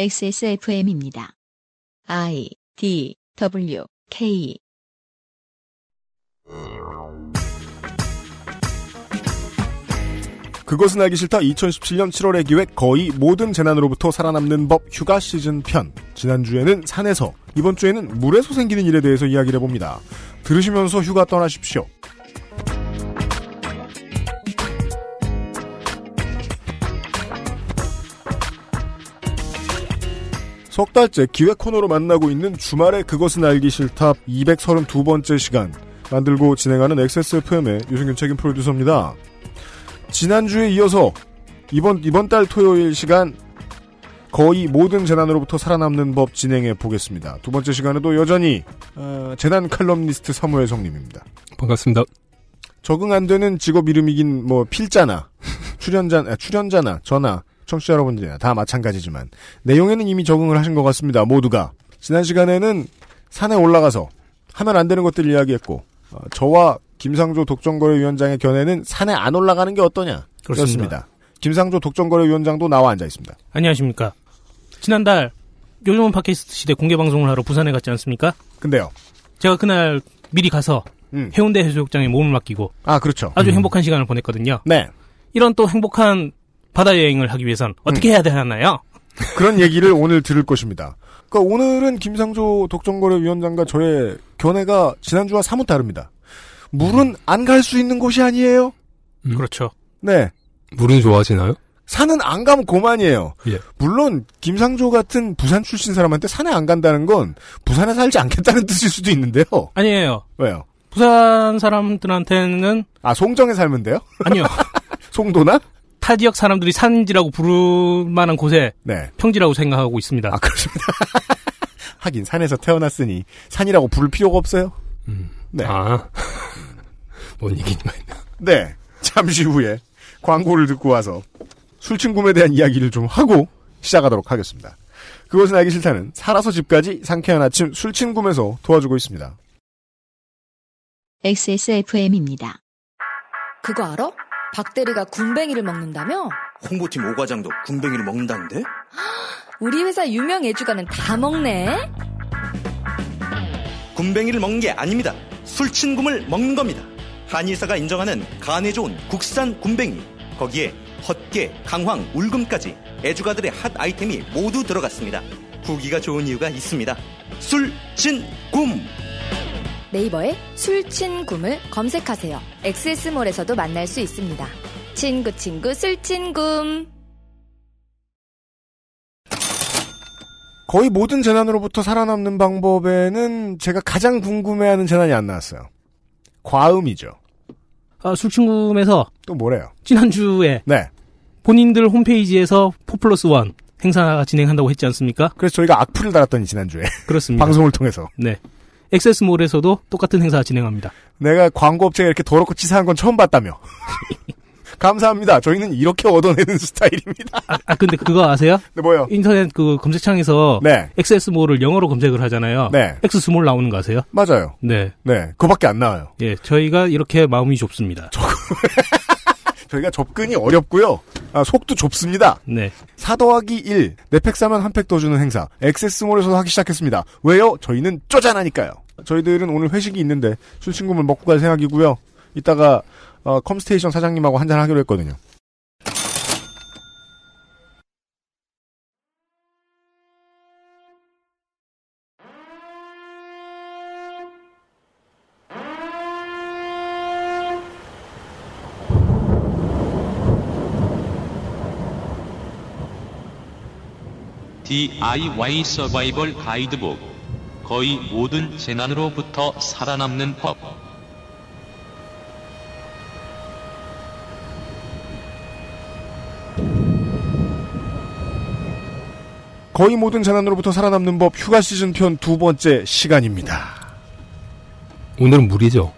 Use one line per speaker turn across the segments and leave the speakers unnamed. XSFM입니다. I D W K
그것은 알기 싫다 2017년 7월의 기획 거의 모든 재난으로부터 살아남는 법 휴가 시즌 편 지난주에는 산에서 이번 주에는 물에서 생기는 일에 대해서 이야기를 해봅니다 들으시면서 휴가 떠나십시오 석 달째 기획 코너로 만나고 있는 주말에 그것은 알기 싫다 232번째 시간 만들고 진행하는 XSFM의 유승균 책임 프로듀서입니다 지난주에 이어서 이번 이번 달 토요일 시간 거의 모든 재난으로부터 살아남는 법 진행해 보겠습니다. 두 번째 시간에도 여전히 어, 재난 칼럼니스트 사무엘 성님입니다.
반갑습니다.
적응 안 되는 직업 이름이긴 뭐 필자나 출연자 아, 출연자나 저나 청취자 여러분들이나 다 마찬가지지만 내용에는 이미 적응을 하신 것 같습니다. 모두가 지난 시간에는 산에 올라가서 하면 안 되는 것들 이야기했고 어, 저와 김상조 독점거래위원장의 견해는 산에 안 올라가는 게 어떠냐 그렇습니다. 김상조 독점거래위원장도 나와 앉아 있습니다.
안녕하십니까. 지난달 요즘은 팟캐스트 시대 공개 방송을 하러 부산에 갔지 않습니까?
근데요,
제가 그날 미리 가서
음.
해운대 해수욕장에 몸을 맡기고
아 그렇죠.
아주 행복한 시간을 보냈거든요.
네,
이런 또 행복한 바다 여행을 하기 위해선 어떻게
음.
해야 되나요?
그런 얘기를 오늘 들을 것입니다. 그러니까 오늘은 김상조 독점거래위원장과 저의 견해가 지난주와 사뭇 다릅니다. 물은 안 갈 수 있는 곳이 아니에요.
음.
그렇죠.
네,
물은 좋아하시나요?
산은 안 가면 고만이에요.
예.
물론 김상조 같은 부산 출신 사람한테 산에 안 간다는 건 부산에 살지 않겠다는 뜻일 수도 있는데요.
아니에요.
왜요?
부산 사람들한테는
아 송정에 살면 돼요?
아니요.
송도나?
타 지역 사람들이 산지라고 부를 만한 곳에
네.
평지라고 생각하고 있습니다.
아, 그렇습니다. 하긴 산에서 태어났으니 산이라고 부를 필요가 없어요. 네.
아. 뭔 얘기지만.
네. 잠시 후에 광고를 듣고 와서 술친구에 대한 이야기를 좀 하고 시작하도록 하겠습니다. 그것은 알기 싫다는 살아서 집까지 상쾌한 아침 술친구에서 도와주고 있습니다.
XSFM입니다.
그거 알아? 박대리가 군뱅이를 먹는다며?
홍보팀 오과장도 군뱅이를 먹는다는데?
우리 회사 유명 애주가는 다 먹네?
군뱅이를 먹는 게 아닙니다. 술친굼을 먹는 겁니다. 한의사가 인정하는 간에 좋은 국산 군뱅이. 거기에 헛개, 강황, 울금까지 애주가들의 핫 아이템이 모두 들어갔습니다. 후기가 좋은 이유가 있습니다. 술친굼!
네이버에 술친굼을 검색하세요. XS몰에서도 만날 수 있습니다. 친구 친구 술친굼.
거의 모든 재난으로부터 살아남는 방법에는 제가 가장 궁금해하는 재난이 안 나왔어요. 과음이죠.
아, 술친구에서
또 뭐래요?
지난주에
네.
본인들 홈페이지에서 포플러스 원 행사 진행한다고 했지 않습니까?
그래서 저희가 악플을 달았더니 지난주에
그렇습니다.
방송을 통해서
네. 엑세스몰에서도 똑같은 행사 진행합니다.
내가 광고업체가 이렇게 더럽고 치사한 건 처음 봤다며. 감사합니다. 저희는 이렇게 얻어내는 스타일입니다.
아, 아, 근데 그거 아세요?
네, 뭐요?
인터넷 그 검색창에서
네.
엑세스몰을 영어로 검색을 하잖아요.
네.
엑스스몰 나오는 거 아세요?
맞아요.
네.
네. 그거밖에 안 나와요.
예, 저희가 이렇게 마음이 좁습니다.
저희가 접근이 어렵고요. 아, 속도 좁습니다.
네.
4 더하기 1. 네팩 사면 한 팩 더 주는 행사. 액세스몰에서도 하기 시작했습니다. 왜요? 저희는 쪼잔하니까요. 저희들은 오늘 회식이 있는데 술친구를 먹고 갈 생각이고요. 이따가 어, 컴스테이션 사장님하고 한잔 하기로 했거든요.
DIY 서바이벌 가이드북 거의 모든 재난으로부터 살아남는 법
거의 모든 재난으로부터 살아남는 법 휴가 시즌 편 두 번째 시간입니다.
오늘은 물이죠.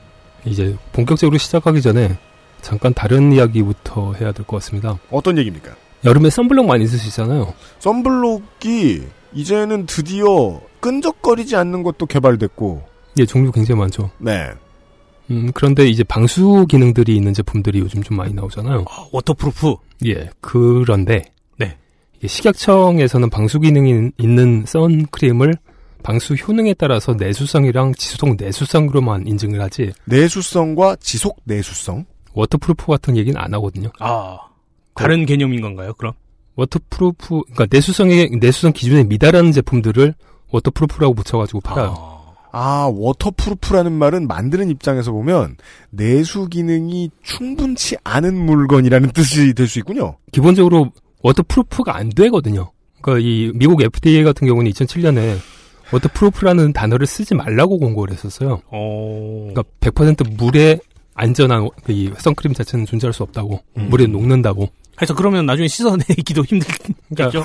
이제 본격적으로 시작하기 전에 잠깐 다른 이야기부터 해야 될 것 같습니다.
어떤 얘기입니까?
여름에 선블록 많이 쓰시잖아요.
썬블록이 이제는 드디어 끈적거리지 않는 것도 개발됐고,
예, 종류 굉장히 많죠.
네.
음, 그런데 이제 방수 기능들이 있는 제품들이 요즘 좀 많이 나오잖아요.
아, 워터프루프.
예, 그런데
네.
이 식약청에서는 방수 기능이 있는 선크림을 방수 효능에 따라서 내수성이랑 지속 내수성으로만 인증을 하지
내수성과 지속 내수성.
워터프루프 같은 얘기는 안 하거든요.
아, 다른 개념인 건가요, 그럼?
워터프루프 그러니까 내수성의 내수성 기준에 미달하는 제품들을 워터프루프라고 붙여가지고 팔아요.
아, 워터프루프라는 말은 만드는 입장에서 보면 내수 기능이 충분치 않은 물건이라는 뜻이 될 수 있군요.
기본적으로 워터프루프가 안 되거든요. 그러니까 이 미국 FDA 같은 경우는 2007년에 워터프루프라는 단어를 쓰지 말라고 공고를 했었어요.
어,
그러니까 100% 물에 안전한 워- 이 선크림 자체는 존재할 수 없다고
음.
물에 녹는다고.
하여튼 그러면 나중에 씻어내기도 힘들겠죠?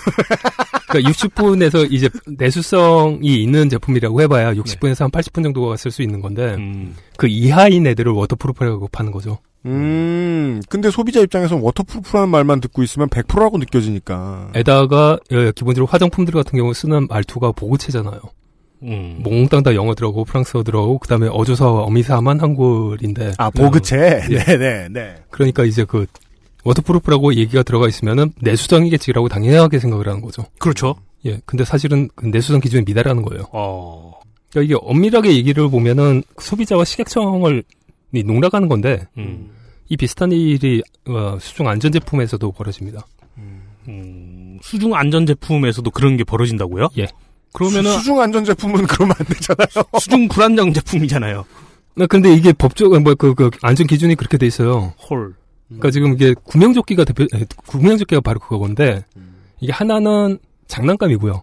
그러니까 60분에서 이제 내수성이 있는 제품이라고 해봐야 60분에서 한 80분 정도가 쓸 수 있는 건데
음.
그 이하인 애들을 워터프루프라고 파는 거죠.
음, 근데 소비자 입장에선 워터프루프라는 말만 듣고 있으면 100%라고 느껴지니까.
에다가 예, 기본적으로 화장품들 같은 경우 쓰는 말투가 보고체잖아요.
음.
몽땅 다 영어 들어가고 프랑스어 들어가고 그다음에 어조사와 어미사만 한글인데
아, 보그체? 네네, 네.
그러니까 이제 그 워터프루프라고 얘기가 들어가 있으면은 내수성이겠지라고 당연하게 생각을 하는 거죠.
그렇죠.
예, 근데 사실은 그 내수성 기준에 미달하는 거예요.
어,
그러니까 이게 엄밀하게 얘기를 보면은 소비자와 식약청을 이 농락하는 건데
음.
이 비슷한 일이 어, 수중 안전 제품에서도 벌어집니다.
음. 수중 안전 제품에서도 그런 게 벌어진다고요?
예.
그러면은
수, 중 안전 제품은 그러면 안 되잖아요.
수중 불안정 제품이잖아요.
네, 근데 이게 법적 뭐그 그 안전 기준이 그렇게 돼 있어요.
헐.
그러니까 지금 이게 구명조끼가 대표 에, 구명조끼가 바로 그거건데
음.
이게 하나는 장난감이고요.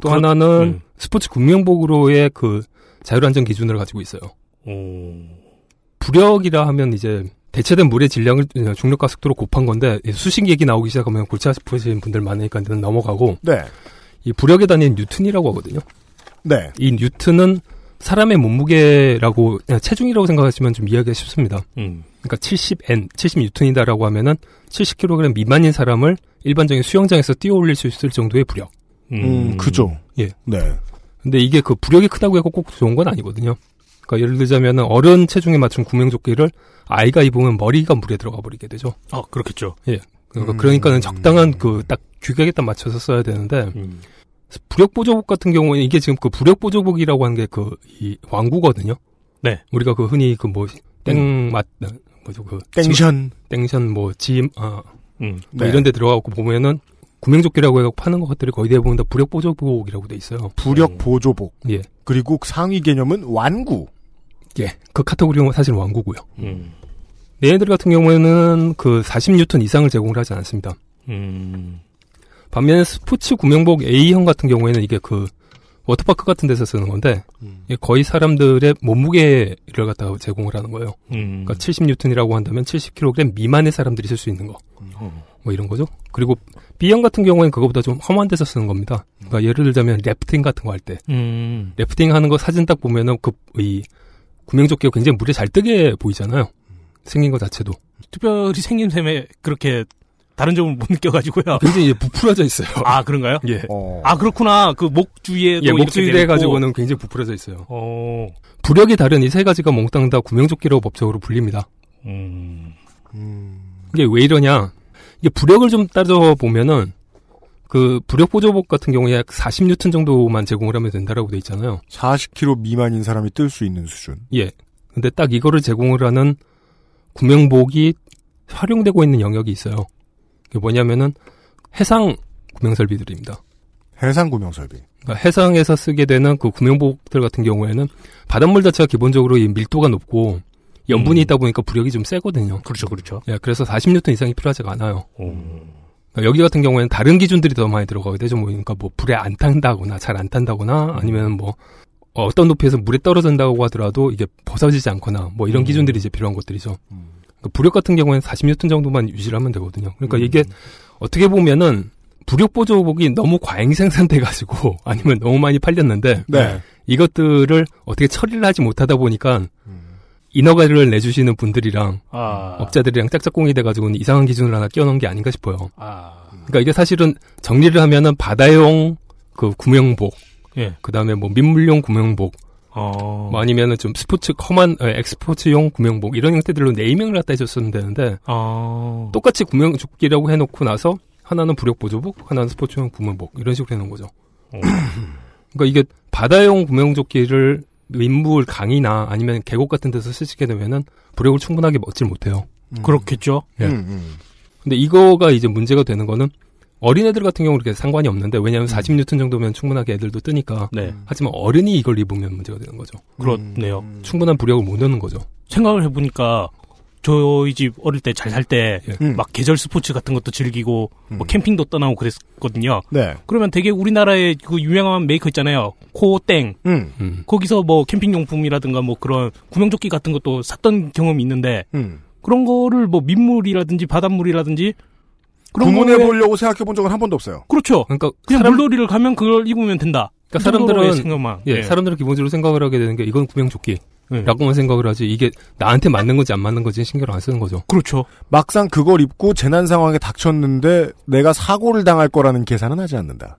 또
그렇-
하나는
음.
스포츠 구명복으로의 그 자율안전 기준을 가지고 있어요.
오. 음.
부력이라 하면 이제 대체된 물의 질량을 어, 중력과 속도로 곱한 건데 이 수식 얘기 나오기 시작하면 골치 아프신 분들 많으니까 저는 넘어가고
네.
이 부력에 단위는 뉴턴이라고 하거든요.
네.
이 뉴턴은 사람의 몸무게라고 그냥 체중이라고 생각하시면 좀 이해하기가 쉽습니다.
음.
그러니까 70N, 70뉴턴이다라고 하면은 70kg 미만인 사람을 일반적인 수영장에서 뛰어올릴 수 있을 정도의 부력.
음, 그죠.
예.
네.
근데 이게 그 부력이 크다고 해서 꼭 좋은 건 아니거든요. 그러니까 예를 들자면은 어른 체중에 맞춘 구명조끼를 아이가 입으면 머리가 물에 들어가 버리게 되죠.
아, 그렇겠죠.
그러니까
음.
그러니까는 적당한 그 딱 규격에 딱 맞춰서 써야 되는데
음.
부력 보조복 같은 경우에 이게 지금 그 부력 보조복이라고 하는 게 그 이 왕구거든요.
네. 음.
우리가 그 흔히 그 뭐 땡맛 뭐죠 그
땡션.
지- 땡션 뭐 지임 아
음.
뭐
네.
이런 데 들어가고 보면은 구명조끼라고 해서 파는 것들이 거의 대부분 다 부력 보조복이라고 돼 있어요.
부력 보조복.
예.
그리고 상위 개념은 완구.
예. 그 카테고리는 사실 왕구고요.
음.
얘네들 같은 경우에는 그 40뉴턴 이상을 제공을 하지 않습니다.
음.
반면에 스포츠 구명복 A형 같은 경우에는 이게 그 워터파크 같은 데서 쓰는 건데 이게 거의 사람들의 몸무게를 갖다가 제공을 하는 거예요.
음.
그러니까 70뉴턴이라고 한다면 70kg 미만의 사람들이 쓸 수 있는 거.
어.
뭐 이런 거죠. 그리고 B형 같은 경우에는 그거보다 좀 험한 데서 쓰는 겁니다. 그러니까 예를 들자면 래프팅 같은 거 할 때.
음.
래프팅 하는 거 사진 딱 보면은 그 이 구명조끼가 굉장히 물에 잘 뜨게 보이잖아요. 생긴 거 자체도.
특별히 생김새에 그렇게 다른 점을 못 느껴가지고요.
굉장히 이제 부풀어져 있어요.
아, 그런가요?
예.
어.
아, 그렇구나. 그 목 주위에도
예,
이렇게
목줄대
내리고.
가지고는 굉장히 부풀어져 있어요.
어.
부력이 다른 이 세 가지가 몽땅 다 구명조끼로 법적으로 불립니다.
음.
이게 왜 이러냐? 이게 부력을 좀 따져 보면은 그 부력 보조복 같은 경우에 약 40뉴턴 정도만 제공을 하면 된다라고 돼 있잖아요.
40kg 미만인 사람이 뜰 수 있는 수준.
예. 근데 딱 이거를 제공을 하는 구명복이 활용되고 있는 영역이 있어요. 그게 뭐냐면은 해상 구명설비들입니다.
해상 구명 설비.
그러니까 해상에서 쓰게 되는 그 구명복들 같은 경우에는 바닷물 자체가 기본적으로 이 밀도가 높고 염분이
음.
있다 보니까 부력이 좀 세거든요.
그렇죠, 그렇죠.
예, 그래서 40뉴턴 이상이 필요하지가 않아요.
음.
그러니까 여기 같은 경우에는 다른 기준들이 더 많이 들어가게 되죠. 뭐 그러니까 뭐 불에 안 탄다거나 잘 안
음.
탄다거나 아니면 뭐 어떤 높이에서 물에 떨어진다고 하더라도 이게 벗어지지 않거나 뭐 이런
음.
기준들이 이제 필요한 것들이죠. 그러니까 부력 같은 경우에는 40뉴턴 정도만 유지하면 되거든요. 그러니까
음.
이게 어떻게 보면은 부력 보조복이 너무 과잉 생산돼 가지고 아니면 너무 많이 팔렸는데
네.
이것들을 어떻게 처리를 하지 못하다 보니까 인허가를 내주시는 분들이랑
음. 아.
업자들이랑 짝짝꿍이 돼가지고는 이상한 기준을 하나 끼워놓은 게 아닌가 싶어요.
아.
그러니까 이게 사실은 정리를 하면은 바다용 그 구명복,
예.
그 다음에 뭐 민물용 구명복,
어.
뭐 아니면은 좀 스포츠 험한 어, 엑스포츠용 구명복 이런 형태들로 네이밍을 갖다 해줬으면 되는데
어.
똑같이 구명조끼라고 해놓고 나서 하나는 불역보조복, 하나는 스포츠용 구명복 이런 식으로 해놓은 거죠.
어.
그러니까 이게 바다용 구명조끼를 민물 강이나 아니면 계곡 같은 데서 쓰시게 되면은 부력을 충분하게 얻질 못해요.
그렇겠죠.
예.
음, 음.
근데 이거가 이제 문제가 되는 거는 어린애들 같은 경우는 이렇게 상관이 없는데
음.
왜냐하면 40뉴턴 정도면 충분하게 애들도 뜨니까
네.
하지만 어른이 이걸 입으면 문제가 되는 거죠.
그렇네요.
충분한 부력을 못 얻는 거죠.
생각을 해보니까 저희 집 어릴 때 잘 살 때 막
예.
음.
계절 스포츠 같은 것도 즐기고 뭐
음.
캠핑도 떠나고 그랬거든요.
네.
그러면 되게 우리나라의 그 유명한 메이커 있잖아요. 코땡.
음.
음.
거기서 뭐 캠핑용품이라든가 뭐 그런 구명조끼 같은 것도 샀던 경험이 있는데
음.
그런 거를 뭐 민물이라든지 바닷물이라든지 그런
구문해
거에-
보려고 생각해 본 적은 한 번도 없어요.
그렇죠.
그러니까
그냥
사람-
물놀이를 가면 그걸 입으면 된다.
그러니까
이 정도로의
사람들은-
생각만.
예,
예.
사람들은 기본적으로 생각을 하게 되는 게 이건 구명조끼라고만
예.
생각을 하지 이게 나한테 맞는 건지 안 맞는 건지 신경을 안 쓰는 거죠.
그렇죠.
막상 그걸 입고 재난 상황에 닥쳤는데 내가 사고를 당할 거라는 계산은 하지 않는다.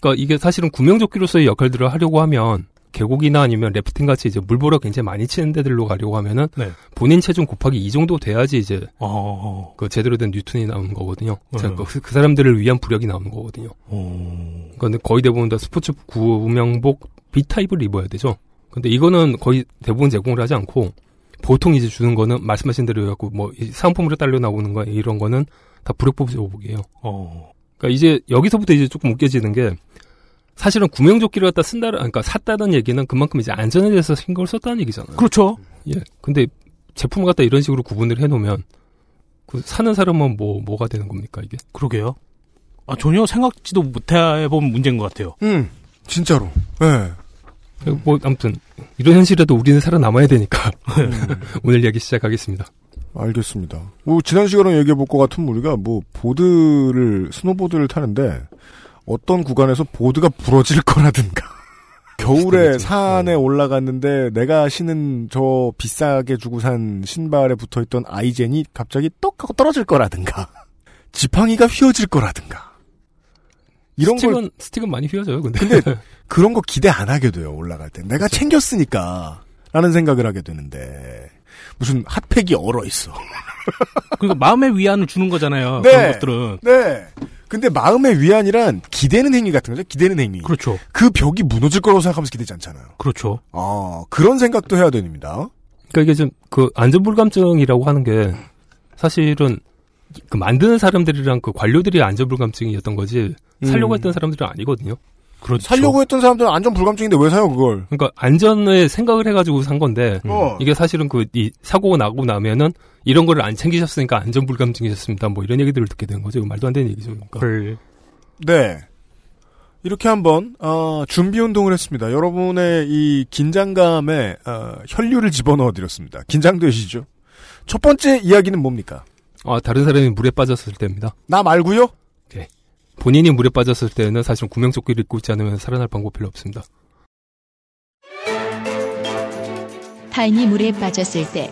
그러니까 이게 사실은 구명조끼로서의 역할들을 하려고 하면 계곡이나 아니면 래프팅 같이 이제 물보러 굉장히 많이 치는 데들로 가려고 하면은
네.
본인 체중 곱하기 이 정도 돼야지 이제
어,
그 제대로 된 뉴턴이 나오는 거거든요.
네.
자, 그, 그 사람들을 위한 부력이 나오는 거거든요.
어,
그런데 그러니까 거의 대부분 다 스포츠 구명복 B 타입을 입어야 되죠. 근데 이거는 거의 대부분 제공을 하지 않고 보통 이제 주는 거는 말씀하신 대로 해갖고 뭐이 상품으로 딸려 나오는 거 이런 거는 다 부력보조복이에요.
어,
그러니까 이제 여기서부터 이제 조금 웃겨지는 게 사실은 구명조끼를 갖다 쓴다, 그러니까 샀다는 얘기는 그만큼 이제 안전에 대해서 신경을 썼다는 얘기잖아요.
그렇죠.
예. 근데 제품을 갖다 이런 식으로 구분을 해놓으면 그 사는 사람은 뭐 뭐가 되는 겁니까 이게?
그러게요. 아, 전혀 생각지도 못해본 문제인 것 같아요.
음. 진짜로. 네.
뭐 아무튼 이런 현실에도 우리는 살아남아야 되니까
음.
오늘 이야기 시작하겠습니다.
음. 알겠습니다. 뭐 지난 시간에 얘기해 볼 것 같은 우리가 뭐 보드를 스노보드를 타는데 어떤 구간에서 보드가 부러질 거라든가 겨울에
비슷하겠죠.
산에
어.
올라갔는데 내가 신은 저 비싸게 주고 산 신발에 붙어 있던 아이젠이 갑자기 떡 하고 떨어질 거라든가 지팡이가 휘어질 거라든가 이런 걸
스틱은 스틱은 많이 휘어져요. 근데, 그러니까
그런 거 기대 안 하게 돼요, 올라갈 때. 내가 챙겼으니까. 라는 생각을 하게 되는데. 무슨 핫팩이 얼어 있어.
그러니까 마음의 위안을 주는 거잖아요.
네.
그런 것들은.
네. 근데 마음의 위안이란 기대는 행위 같은 거죠? 기대는 행위. 그
그렇죠.
벽이 무너질 거라고 생각하면서 기대지 않잖아요.
그렇죠.
아, 그런 생각도 해야 됩니다.
그러니까 이게 좀 그 안전불감증이라고 하는 게 사실은 그 만드는 사람들이랑 그 관료들이 안전불감증이었던 거지 살려고
음.
했던 사람들은 아니거든요.
그렇죠.
살려고 했던 사람들은 안전 불감증인데 왜 사요, 그걸?
그러니까 안전에 생각을 해가지고 산 건데
음.
어.
이게 사실은 그 이 사고가 나고 나면은 이런 거를 안 챙기셨으니까 안전불감증이셨습니다. 뭐 이런 얘기들을 듣게 된 거죠. 이거 말도 안 되는 얘기죠. 그러니까.
헐.
네. 이렇게 한번 어, 준비 운동을 했습니다. 여러분의 이 긴장감에 어, 혈류를 집어넣어 드렸습니다. 긴장되시죠? 첫 번째 이야기는 뭡니까?
아 다른 사람이 물에 빠졌을 때입니다.
나 말고요?
본인이 물에 빠졌을 때는 사실 구명조끼를 입고 있지 않으면 살아날 방법 별로 없습니다.
타인이 물에 빠졌을 때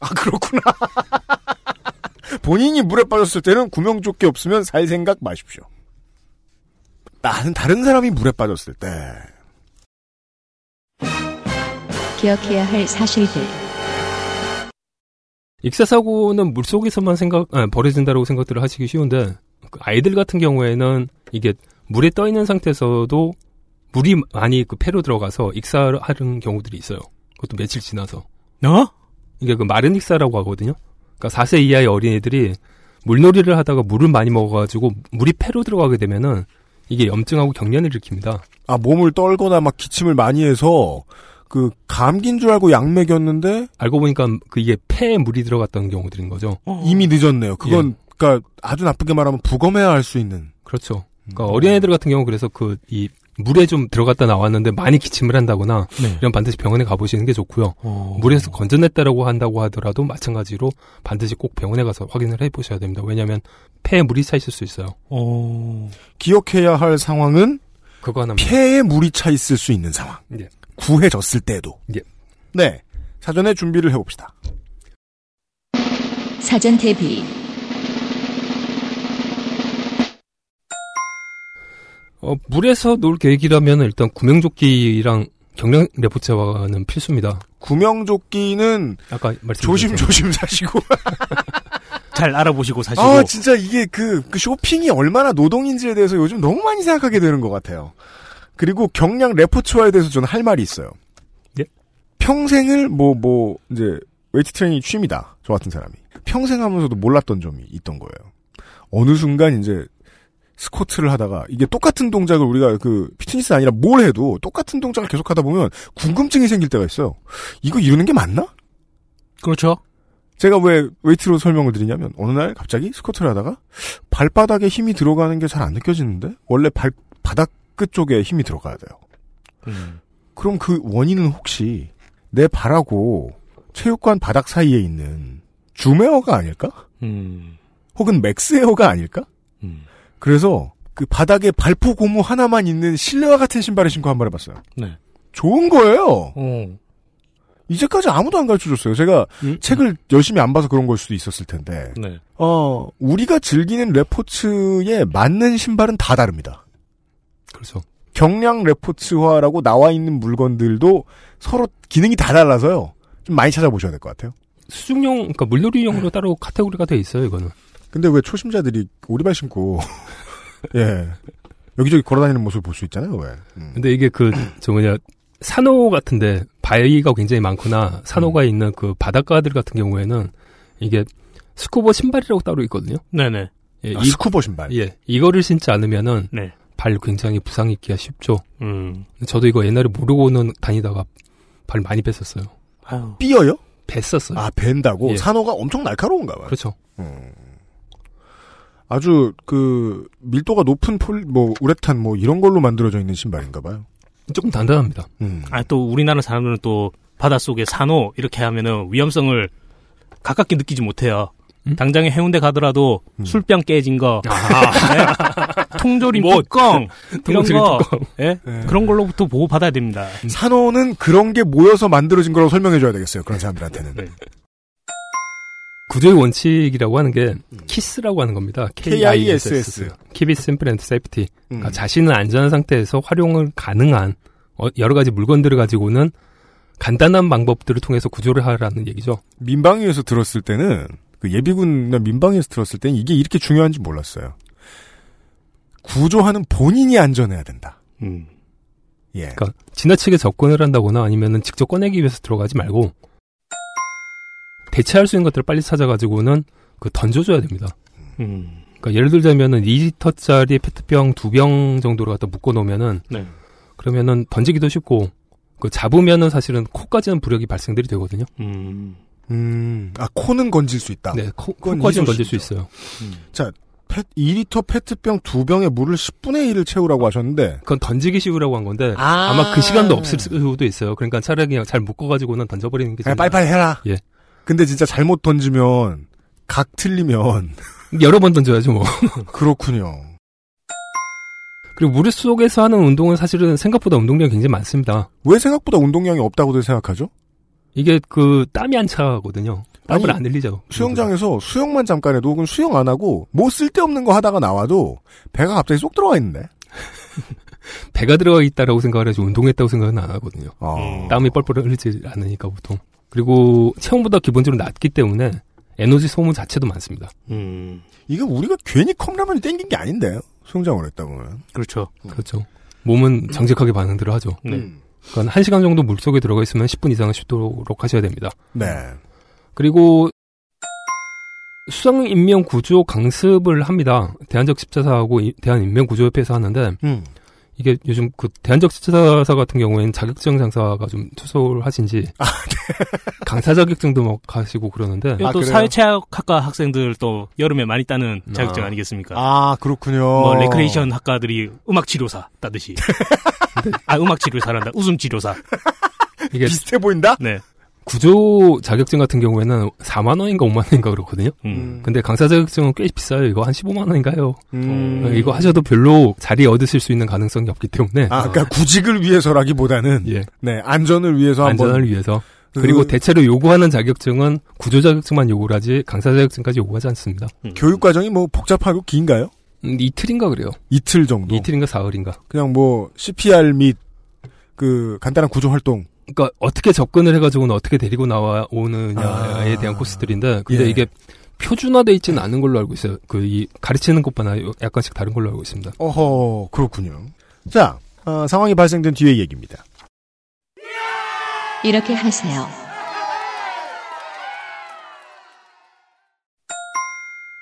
아 그렇구나. 본인이 물에 빠졌을 때는 구명조끼 없으면 살 생각 마십시오. 나는 다른 사람이 물에 빠졌을 때
기억해야 할 사실들.
익사 사고는 물 속에서만 생각 아, 벌어진다라고 생각들을 하시기 쉬운데 그 아이들 같은 경우에는 이게 물에 떠 있는 상태에서도 물이 많이 그 폐로 들어가서 익사하는 경우들이 있어요. 그것도 며칠 지나서
어?
이게 그 마른 익사라고 하거든요. 그러니까 4세 이하의 어린이들이 물놀이를 하다가 물을 많이 먹어가지고 물이 폐로 들어가게 되면은 이게 염증하고 경련을 일으킵니다.
아 몸을 떨거나 막 기침을 많이 해서 그 감기인 줄 알고 약맥였는데
알고 보니까 그 이게 폐에 물이 들어갔던 경우들인 거죠.
이미 늦었네요. 그건 그러니까 아주 나쁘게 말하면 부검해야 할 수 있는.
그렇죠.
음.
그러니까 어린애들 같은 경우 그래서 그 이 물에 좀 들어갔다 나왔는데 많이 기침을 한다거나
네.
이런 반드시 병원에 가보시는 게 좋고요.
어.
물에서 건져냈다라고 한다고 하더라도 마찬가지로 반드시 꼭 병원에 가서 확인을 해보셔야 됩니다. 왜냐하면 폐에 물이 차 있을 수 있어요.
어.
기억해야 할 상황은
그거 하나.
폐에 물이 차 있을 수 있는 상황.
예.
구해졌을 때도.
예.
네. 사전에 준비를 해봅시다.
사전 대비.
어, 물에서 놀 계획이라면 일단 구명조끼랑 경량 레포츠와는 필수입니다.
구명조끼는
아까 말씀
조심조심 사시고.
잘 알아보시고 사시고.
아, 진짜 이게 그, 그 쇼핑이 얼마나 노동인지에 대해서 요즘 너무 많이 생각하게 되는 것 같아요. 그리고 경량 레포츠화에 대해서 저는 할 말이 있어요.
예?
평생을 뭐, 뭐, 이제, 웨이트 트레이닝이 취미다. 저 같은 사람이. 평생 하면서도 몰랐던 점이 있던 거예요. 어느 순간 이제, 스쿼트를 하다가 이게 똑같은 동작을 우리가 그 피트니스 아니라 뭘 해도 똑같은 동작을 계속 하다 보면 궁금증이 생길 때가 있어요. 이거 이러는 게 맞나?
그렇죠.
제가 왜 웨이트로 설명을 드리냐면 어느 날 갑자기 스쿼트를 하다가 발바닥에 힘이 들어가는 게 잘 안 느껴지는데 원래 발바닥 끝 쪽에 힘이 들어가야 돼요. 그럼 그 원인은 혹시 내 발하고 체육관 바닥 사이에 있는 줌웨어가 아닐까?
음.
혹은 맥스웨어가 아닐까?
음.
그래서 그 바닥에 발포 고무 하나만 있는 실내화 같은 신발을 신고 한 번 해봤어요.
네.
좋은 거예요.
어.
이제까지 아무도 안 가르쳐줬어요. 제가
음.
책을 열심히 안 봐서 그런 걸 수도 있었을 텐데.
네.
어, 우리가 즐기는 레포츠에 맞는 신발은 다 다릅니다.
그래서
경량 레포츠화라고 나와 있는 물건들도 서로 기능이 다 달라서요. 좀 많이 찾아보셔야 될 것 같아요.
수중용 그러니까
네.
물놀이용으로 따로 카테고리가 돼 있어요 이거는.
근데 왜 초심자들이 오리발 신고, 예. 여기저기 걸어다니는 모습을 볼 수 있잖아요, 왜. 음.
근데 이게 그 저 뭐냐 산호 같은데 바위가 굉장히 많거나
음.
산호가 있는 그 바닷가들 같은 경우에는 이게 스쿠버 신발이라고 따로 있거든요.
네네.
예,
아,
이,
스쿠버 신발.
예, 이거를 신지 않으면은
네.
발 굉장히 부상 입기가 쉽죠.
음.
저도 이거 옛날에 모르고는 다니다가 발 많이 뺐었어요.
아유.
삐어요?
뺐었어요.
아, 벤다고?
예.
산호가 엄청 날카로운가 봐요.
그렇죠.
아주, 그, 밀도가 높은 폴, 뭐, 우레탄, 뭐, 이런 걸로 만들어져 있는 신발인가 봐요.
조금 단단합니다.
음.
아, 또 우리나라 사람들은 또 바닷속에 산호 이렇게 하면은 위험성을 가깝게 느끼지 못해요.
음?
당장에 해운대 가더라도
음.
술병 깨진 거,
아,
아, 네? 통조림
뭐,
뚜껑 이런
통조림
거
뚜껑.
예? 그런 걸로부터 보호 받아야 됩니다.
음. 산호는 그런 게 모여서 만들어진 거라고 설명해줘야 되겠어요. 그런 사람들한테는.
구조의 원칙이라고 하는 게
음.
키스라고 하는 겁니다.
KISS.
키비 심플 앤 세이프티.
음.
그러니까 자신을 안전한 상태에서 활용을 가능한 어, 여러 가지 물건들을 가지고는 간단한 방법들을 통해서 구조를 하라는 얘기죠.
민방위에서 들었을 때는 그 예비군이나 민방위에서 들었을 때는 이게 이렇게 중요한지 몰랐어요. 구조하는 본인이 안전해야 된다.
음.
예.
그러니까 지나치게 접근을 한다거나 아니면은 직접 꺼내기 위해서 들어가지 말고 대체할 수 있는 것들을 빨리 찾아가지고는 그 던져줘야 됩니다.
음.
그러니까 예를 들자면은 2리터짜리 페트병 두 병 정도로 갖다 묶어놓으면은
네.
그러면은 던지기도 쉽고 그 잡으면은 사실은 코까지는 부력이 발생들이 되거든요.
음.
음, 아 코는 건질 수 있다.
네, 코,
그건 이소식이죠.
코까지는 건질 수 있어요.
펫- 2리터 페트병 두 병에 물을 10분의 1을 채우라고 하셨는데
그건 던지기 쉬우라고 한 건데
아.
아~ 마그 시간도 없을 수도 있어요. 그러니까 차라리 그냥 잘 묶어가지고는 던져버리는 게
그냥
제일
빨리빨리 해라.
예.
근데 진짜 잘못 던지면 각 틀리면
나아요. 여러 번 던져야죠 뭐.
그렇군요.
그리고 무릎 속에서 하는 운동은 사실은 생각보다 운동량이 굉장히 많습니다.
왜 생각보다 운동량이 없다고들 생각하죠?
이게 그 땀이 안 차거든요. 땀을
아니,
안 흘리죠.
수영장에서 수영만 잠깐 해도 혹은 수영 안 하고 뭐 쓸데없는 거 하다가 나와도 배가 갑자기 쏙 들어가 있는데.
배가 들어가 있다라고 생각을 해서 운동했다고 생각은 안 하거든요.
어.
땀이 뻘뻘 흘리지 않으니까 보통. 그리고 체온보다 기본적으로 낮기 때문에 에너지 소모 자체도 많습니다.
음.
이게 우리가 괜히 컵라면이 땡긴 게 아닌데요. 수영장으로 했다 보면.
그렇죠.
음.
그렇죠. 몸은 정직하게 반응들을 하죠.
네.
그러니까 1시간 정도 물속에 들어가 있으면 10분 이상은 쉬도록 하셔야 됩니다.
네.
그리고 수상인명 구조 강습을 합니다. 대한적 십자사하고 이- 대한인명구조협회에서 하는데
음.
이게 요즘 그 대한적 십자사 같은 경우에는 자격증 장사가 좀 투솔하신지
아, 네.
강사 자격증도 막 하시고 그러는데
이거 또
그래요?
사회체육학과 학생들 또 여름에 많이 따는 자격증
아.
아니겠습니까?
아, 그렇군요.
뭐 레크레이션 학과들이 음악 치료사 따듯이. 아 음악 치료사란다. 웃음 치료사.
이게
비슷해 보인다?
네.
구조 자격증 같은 경우에는 4만 원인가 5만 원인가 그렇거든요.
음.
근데 강사 자격증은 꽤 비싸요. 이거 한 15만 원인가요?
음.
어, 이거 하셔도 별로 자리 얻으실 수 있는 가능성이 없기 때문에
아, 그러니까 구직을 위해서라기보다는
예,
네, 안전을 위해서 한번
안전을 위해서 그리고
그
대체로 요구하는 자격증은 구조 자격증만 요구를 하지 강사 자격증까지 요구하지 않습니다.
교육 과정이 뭐 복잡하고 긴가요?
음, 이틀인가 그래요.
이틀 정도.
이틀인가 사흘인가.
그냥 뭐 CPR 및 그 그 간단한 구조 활동.
그러니까 어떻게 접근을 해가지고는 어떻게 데리고 나와 오느냐에
아.
대한 코스들인데 근데
예.
이게 표준화돼 있지는 않은 걸로 알고 있어요. 그 이 가르치는 것보다 약간씩 다른 걸로 알고 있습니다.
어허, 그렇군요. 자, 아, 상황이 발생된 뒤의 얘기입니다.
이렇게 하세요.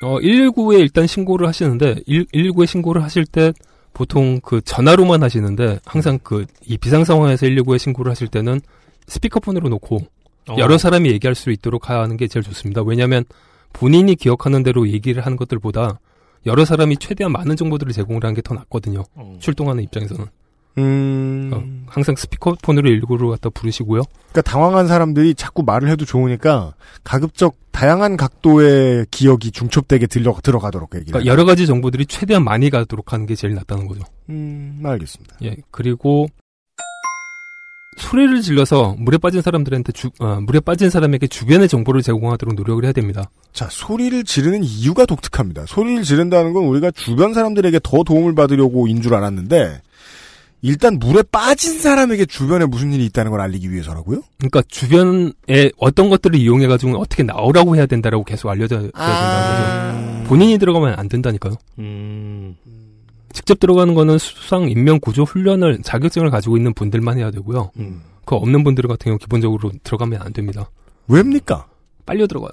어 119에 일단 신고를 하시는데 1, 119에 신고를 하실 때 보통 그 전화로만 하시는데 항상 그 이 비상 상황에서 119에 신고를 하실 때는 스피커폰으로 놓고
어.
여러 사람이 얘기할 수 있도록 하는 게 제일 좋습니다. 왜냐하면 본인이 기억하는 대로 얘기를 하는 것들보다 여러 사람이 최대한 많은 정보들을 제공을 하는 게 더 낫거든요.
어.
출동하는 입장에서는
음,
어, 항상 스피커폰으로 119로 갖다 부르시고요.
그러니까 당황한 사람들이 자꾸 말을 해도 좋으니까 가급적 다양한 각도의 기억이 중첩되게 들려 들어가도록 얘기를.
그러니까 여러 가지 정보들이 최대한 많이 가도록 하는 게 제일 낫다는 거죠.
음, 알겠습니다.
예, 그리고 소리를 질러서 물에 빠진 사람들한테 주, 아, 물에 빠진 사람에게 주변의 정보를 제공하도록 노력을 해야 됩니다.
자, 소리를 지르는 이유가 독특합니다. 소리를 지른다는 건 우리가 주변 사람들에게 더 도움을 받으려고 인 줄 알았는데 일단 물에 빠진 사람에게 주변에 무슨 일이 있다는 걸 알리기 위해서라고요?
그러니까 주변에 어떤 것들을 이용해 가지고 어떻게 나오라고 해야 된다라고 계속 알려줘야
아.
된다는 거죠. 본인이 들어가면 안 된다니까요.
음.
직접 들어가는 거는 수상 인명 구조 훈련을 자격증을 가지고 있는 분들만 해야 되고요. 그 없는 분들 같은 경우 기본적으로 들어가면 안 됩니다.
음. 왜입니까?
빨려 들어가요.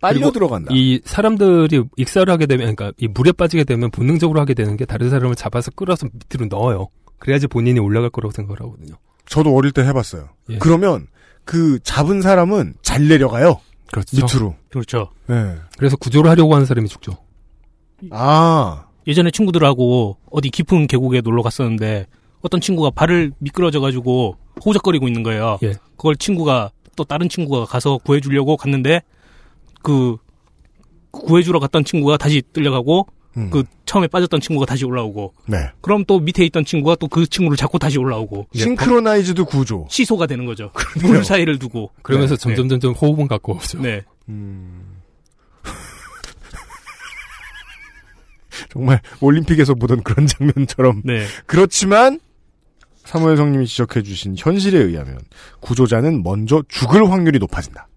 빨려
그리고
들어간다.
이 사람들이 익사를 하게 되면, 그러니까 이 물에 빠지게 되면 본능적으로 하게 되는 게 다른 사람을 잡아서 끌어서 밑으로 넣어요. 그래야지 본인이 올라갈 거라고 생각을 하거든요.
저도 어릴 때 해봤어요.
예.
그러면 그 잡은 사람은 잘 내려가요
그렇죠.
밑으로.
그렇죠.
네.
그래서 구조를 하려고 하는 사람이 죽죠.
아
예전에 친구들하고 어디 깊은 계곡에 놀러 갔었는데 어떤 친구가 발을 미끄러져가지고 호적거리고 있는 거예요.
예.
그걸 친구가 또 다른 친구가 가서 구해주려고 갔는데 그 구해주러 갔던 친구가 다시 뜰려가고
음.
그 처음에 빠졌던 친구가 다시 올라오고
네.
그럼 또 밑에 있던 친구가 또 그 친구를 잡고 다시 올라오고
싱크로나이즈드 구조.
시소가 되는 거죠. 물 사이를 두고
그러면서
네,
점점 점점 호흡은 갖고 오죠.
네.
음. 정말 올림픽에서 보던 그런 장면처럼.
네.
그렇지만 사무엘 성님이 지적해주신 현실에 의하면 구조자는 먼저 죽을 확률이 높아진다.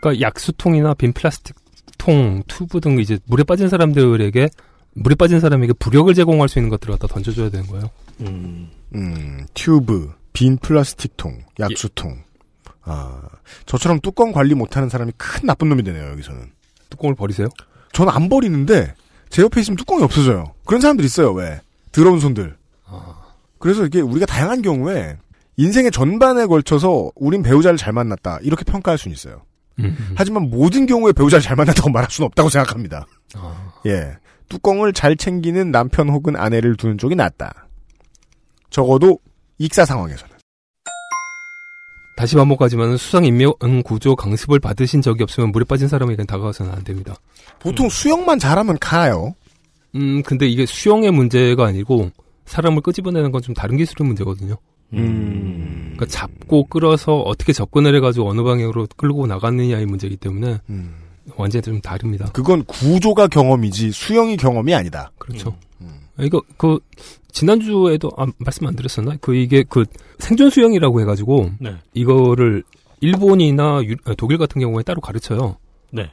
그러니까 약수통이나 빈 플라스틱 통, 튜브 등 이제 물에 빠진 사람들에게 물에 빠진 사람에게 부력을 제공할 수 있는 것들을 갖다 던져줘야 되는 거예요.
음.
음, 튜브, 빈 플라스틱통, 약수통. 아, 저처럼 뚜껑 관리 못하는 사람이 큰 나쁜 놈이 되네요 여기서는.
뚜껑을 버리세요.
저는 안 버리는데 제 옆에 있으면 뚜껑이 없어져요. 그런 사람들 있어요. 왜? 더러운 손들.
아.
그래서 이게 우리가 다양한 경우에 인생의 전반에 걸쳐서 우린 배우자를 잘 만났다 이렇게 평가할 수는 있어요.
음.
하지만 모든 경우에 배우자를 잘 만났다고 말할 수는 없다고 생각합니다.
아,
예. 뚜껑을 잘 챙기는 남편 혹은 아내를 두는 쪽이 낫다. 적어도 익사 상황에서는.
다시 반복하지만 수상 인명 구조 강습을 받으신 적이 없으면 물에 빠진 사람에게는 다가가서는 안 됩니다.
보통 수영만 잘하면 가요.
음, 근데 이게 수영의 문제가 아니고 사람을 끄집어내는 건 좀 다른 기술의 문제거든요.
음.
그러니까 잡고 끌어서 어떻게 접근을 해가지고 어느 방향으로 끌고 나가느냐의 문제이기 때문에
음.
완전히 좀 다릅니다.
그건 구조가 경험이지 수영이 경험이 아니다.
그렇죠. 이거 그 지난주에도 아, 말씀 안 드렸었나? 그 이게 그 생존 수영이라고 해가지고
네.
이거를 일본이나 유- 아, 독일 같은 경우에 따로 가르쳐요.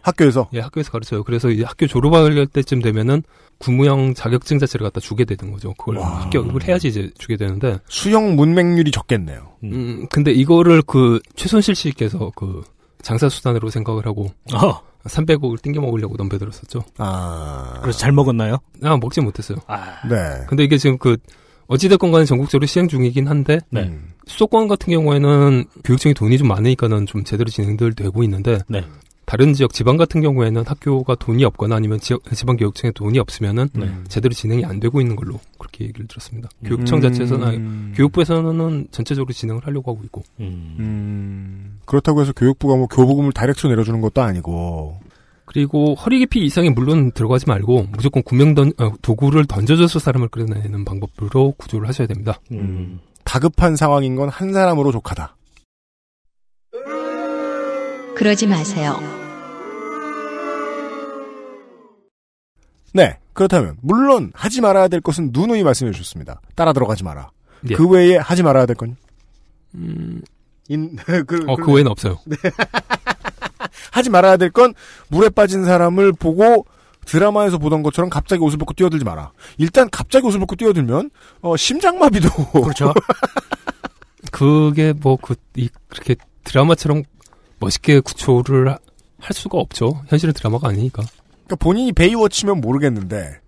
학교에서
예, 학교에서 가르쳐요. 그래서 이제 학교 졸업할 때쯤 되면은 구무형 자격증 자체를 갖다 주게 되는 거죠. 그걸
와.
합격을 해야지 이제 주게 되는데
수영 문맹률이 적겠네요.
음, 근데 이거를 그 최순실 씨께서 그 장사 수단으로 생각을 하고
어,
300억을 땡겨 먹으려고 넘겨들었었죠.
아.
그래서 잘 먹었나요?
아, 먹지 못했어요.
아.
네.
근데 이게 지금 그 어찌됐건 간에 전국적으로 시행 중이긴 한데
네.
음.
수도권 같은 경우에는 교육청이 돈이 좀 많으니까는 좀 제대로 진행들 되고 있는데
네.
다른 지역 지방 같은 경우에는 학교가 돈이 없거나 아니면 지역, 지방 교육청에 돈이 없으면은
음.
제대로 진행이 안 되고 있는 걸로 그렇게 얘기를 들었습니다. 교육청 자체에서는 아니,
음.
교육부에서는 전체적으로 진행을 하려고 하고 있고
음.
음. 그렇다고 해서 교육부가 뭐 교부금을 다렉쳐 내려주는 것도 아니고
그리고 허리 깊이 이상이 물론 들어가지 말고 무조건 구명 던, 어, 도구를 던져줘서 사람을 끌어내는 방법으로 구조를 하셔야 됩니다.
음.
다급한 상황인 건 한 사람으로 족하다.
그러지 마세요.
네. 그렇다면 물론 하지 말아야 될 것은 누누이 말씀해 주셨습니다. 따라 들어가지 마라.
예.
그 외에 하지 말아야 될 건.
음,
인, 그,
어,
그-
그 외에는 없어요.
하지 말아야 될 건 물에 빠진 사람을 보고 드라마에서 보던 것처럼 갑자기 옷을 벗고 뛰어들지 마라. 일단 갑자기 옷을 벗고 뛰어들면 어, 심장마비도
그렇죠.
그게 뭐 그, 이, 그렇게 드라마처럼 멋있게 구조를 하- 할 수가 없죠. 현실은 드라마가 아니니까.
그러니까 본인이 베이워치면 모르겠는데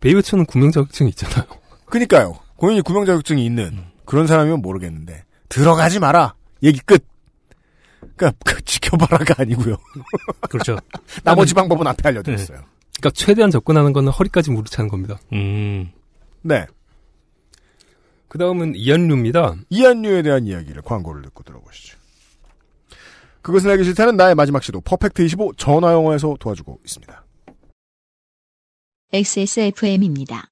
베이비츠는 구명자격증이 있잖아요.
그니까요. 본인이 구명 자격증이 있는
음.
그런 사람이면 모르겠는데 들어가지 마라. 얘기 끝. 그러니까 그 지켜봐라가 아니고요.
그렇죠.
나머지 방법은 앞에 알려드렸어요.
그러니까 최대한 접근하는 거는 허리까지 무르차는 겁니다.
음.
네.
그 다음은 이현류입니다.
이한류에 대한 이야기를 광고를 듣고 들어보시죠. 그것은 알기 싫다는 나의 마지막 시도 퍼펙트25 전화영어에서 도와주고 있습니다.
XSFM입니다.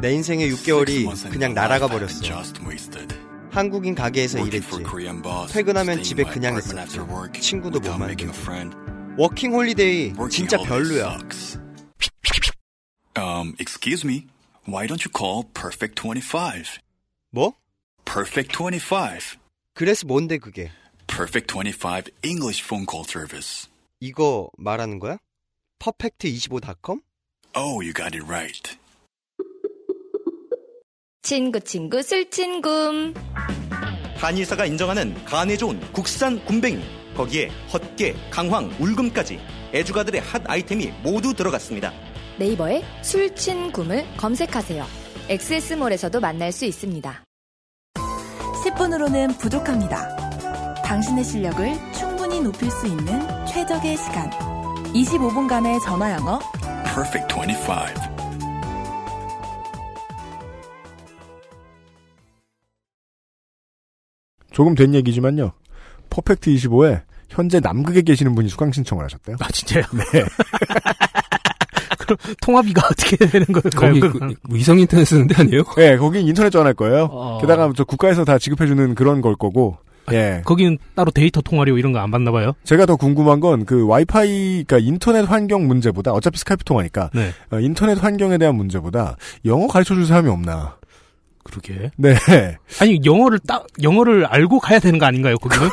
내 인생의 예, 6개월이 그냥 날아가 버렸어. 한국인 가게에서 일했지. 퇴근하면 집에 그냥 있었지. 친구도 못 만들고. 워킹 홀리데이 진짜 별로야.
Um, excuse me. Why don't you call Perfect 25?
뭐?
Perfect 25.
그래서 뭔데 그게?
Perfect 25 English phone call service.
이거 말하는 거야? 퍼펙트25.com?
Oh, you got it right.
친구 친구 쓸친구
한의사가 인정하는 간에 좋은 국산 군뱅이 거기에 헛개, 강황, 울금까지 애주가들의 핫 아이템이 모두 들어갔습니다.
네이버에 술친구를 검색하세요. XS몰에서도 만날 수 있습니다.
10분으로는 부족합니다. 당신의 실력을 충분히 높일 수 있는 최적의 시간. 25분간의 전화 영어
Perfect 25.
조금 된 얘기지만요. 퍼펙트25에 현재 남극에 계시는 분이 수강 신청을 하셨대요.
아, 진짜요? 네. 그럼 통화비가 어떻게 되는
거기
거예요?
그, 위성 인터넷 쓰는데 아니에요?
예, 거긴 인터넷 전화할 거예요.
어.
게다가 저 국가에서 다 지급해주는 그런 걸 거고. 예.
거기는 따로 데이터 통화료 이런 거 안 받나 봐요.
제가 더 궁금한 건 그 와이파이, 그러니까 인터넷 환경 문제보다 어차피 스카이프 통하니까
네.
어, 인터넷 환경에 대한 문제보다 영어 가르쳐 줄 사람이 없나.
그러게.
네.
아니 영어를 딱 영어를 알고 가야 되는 거 아닌가요? 거기는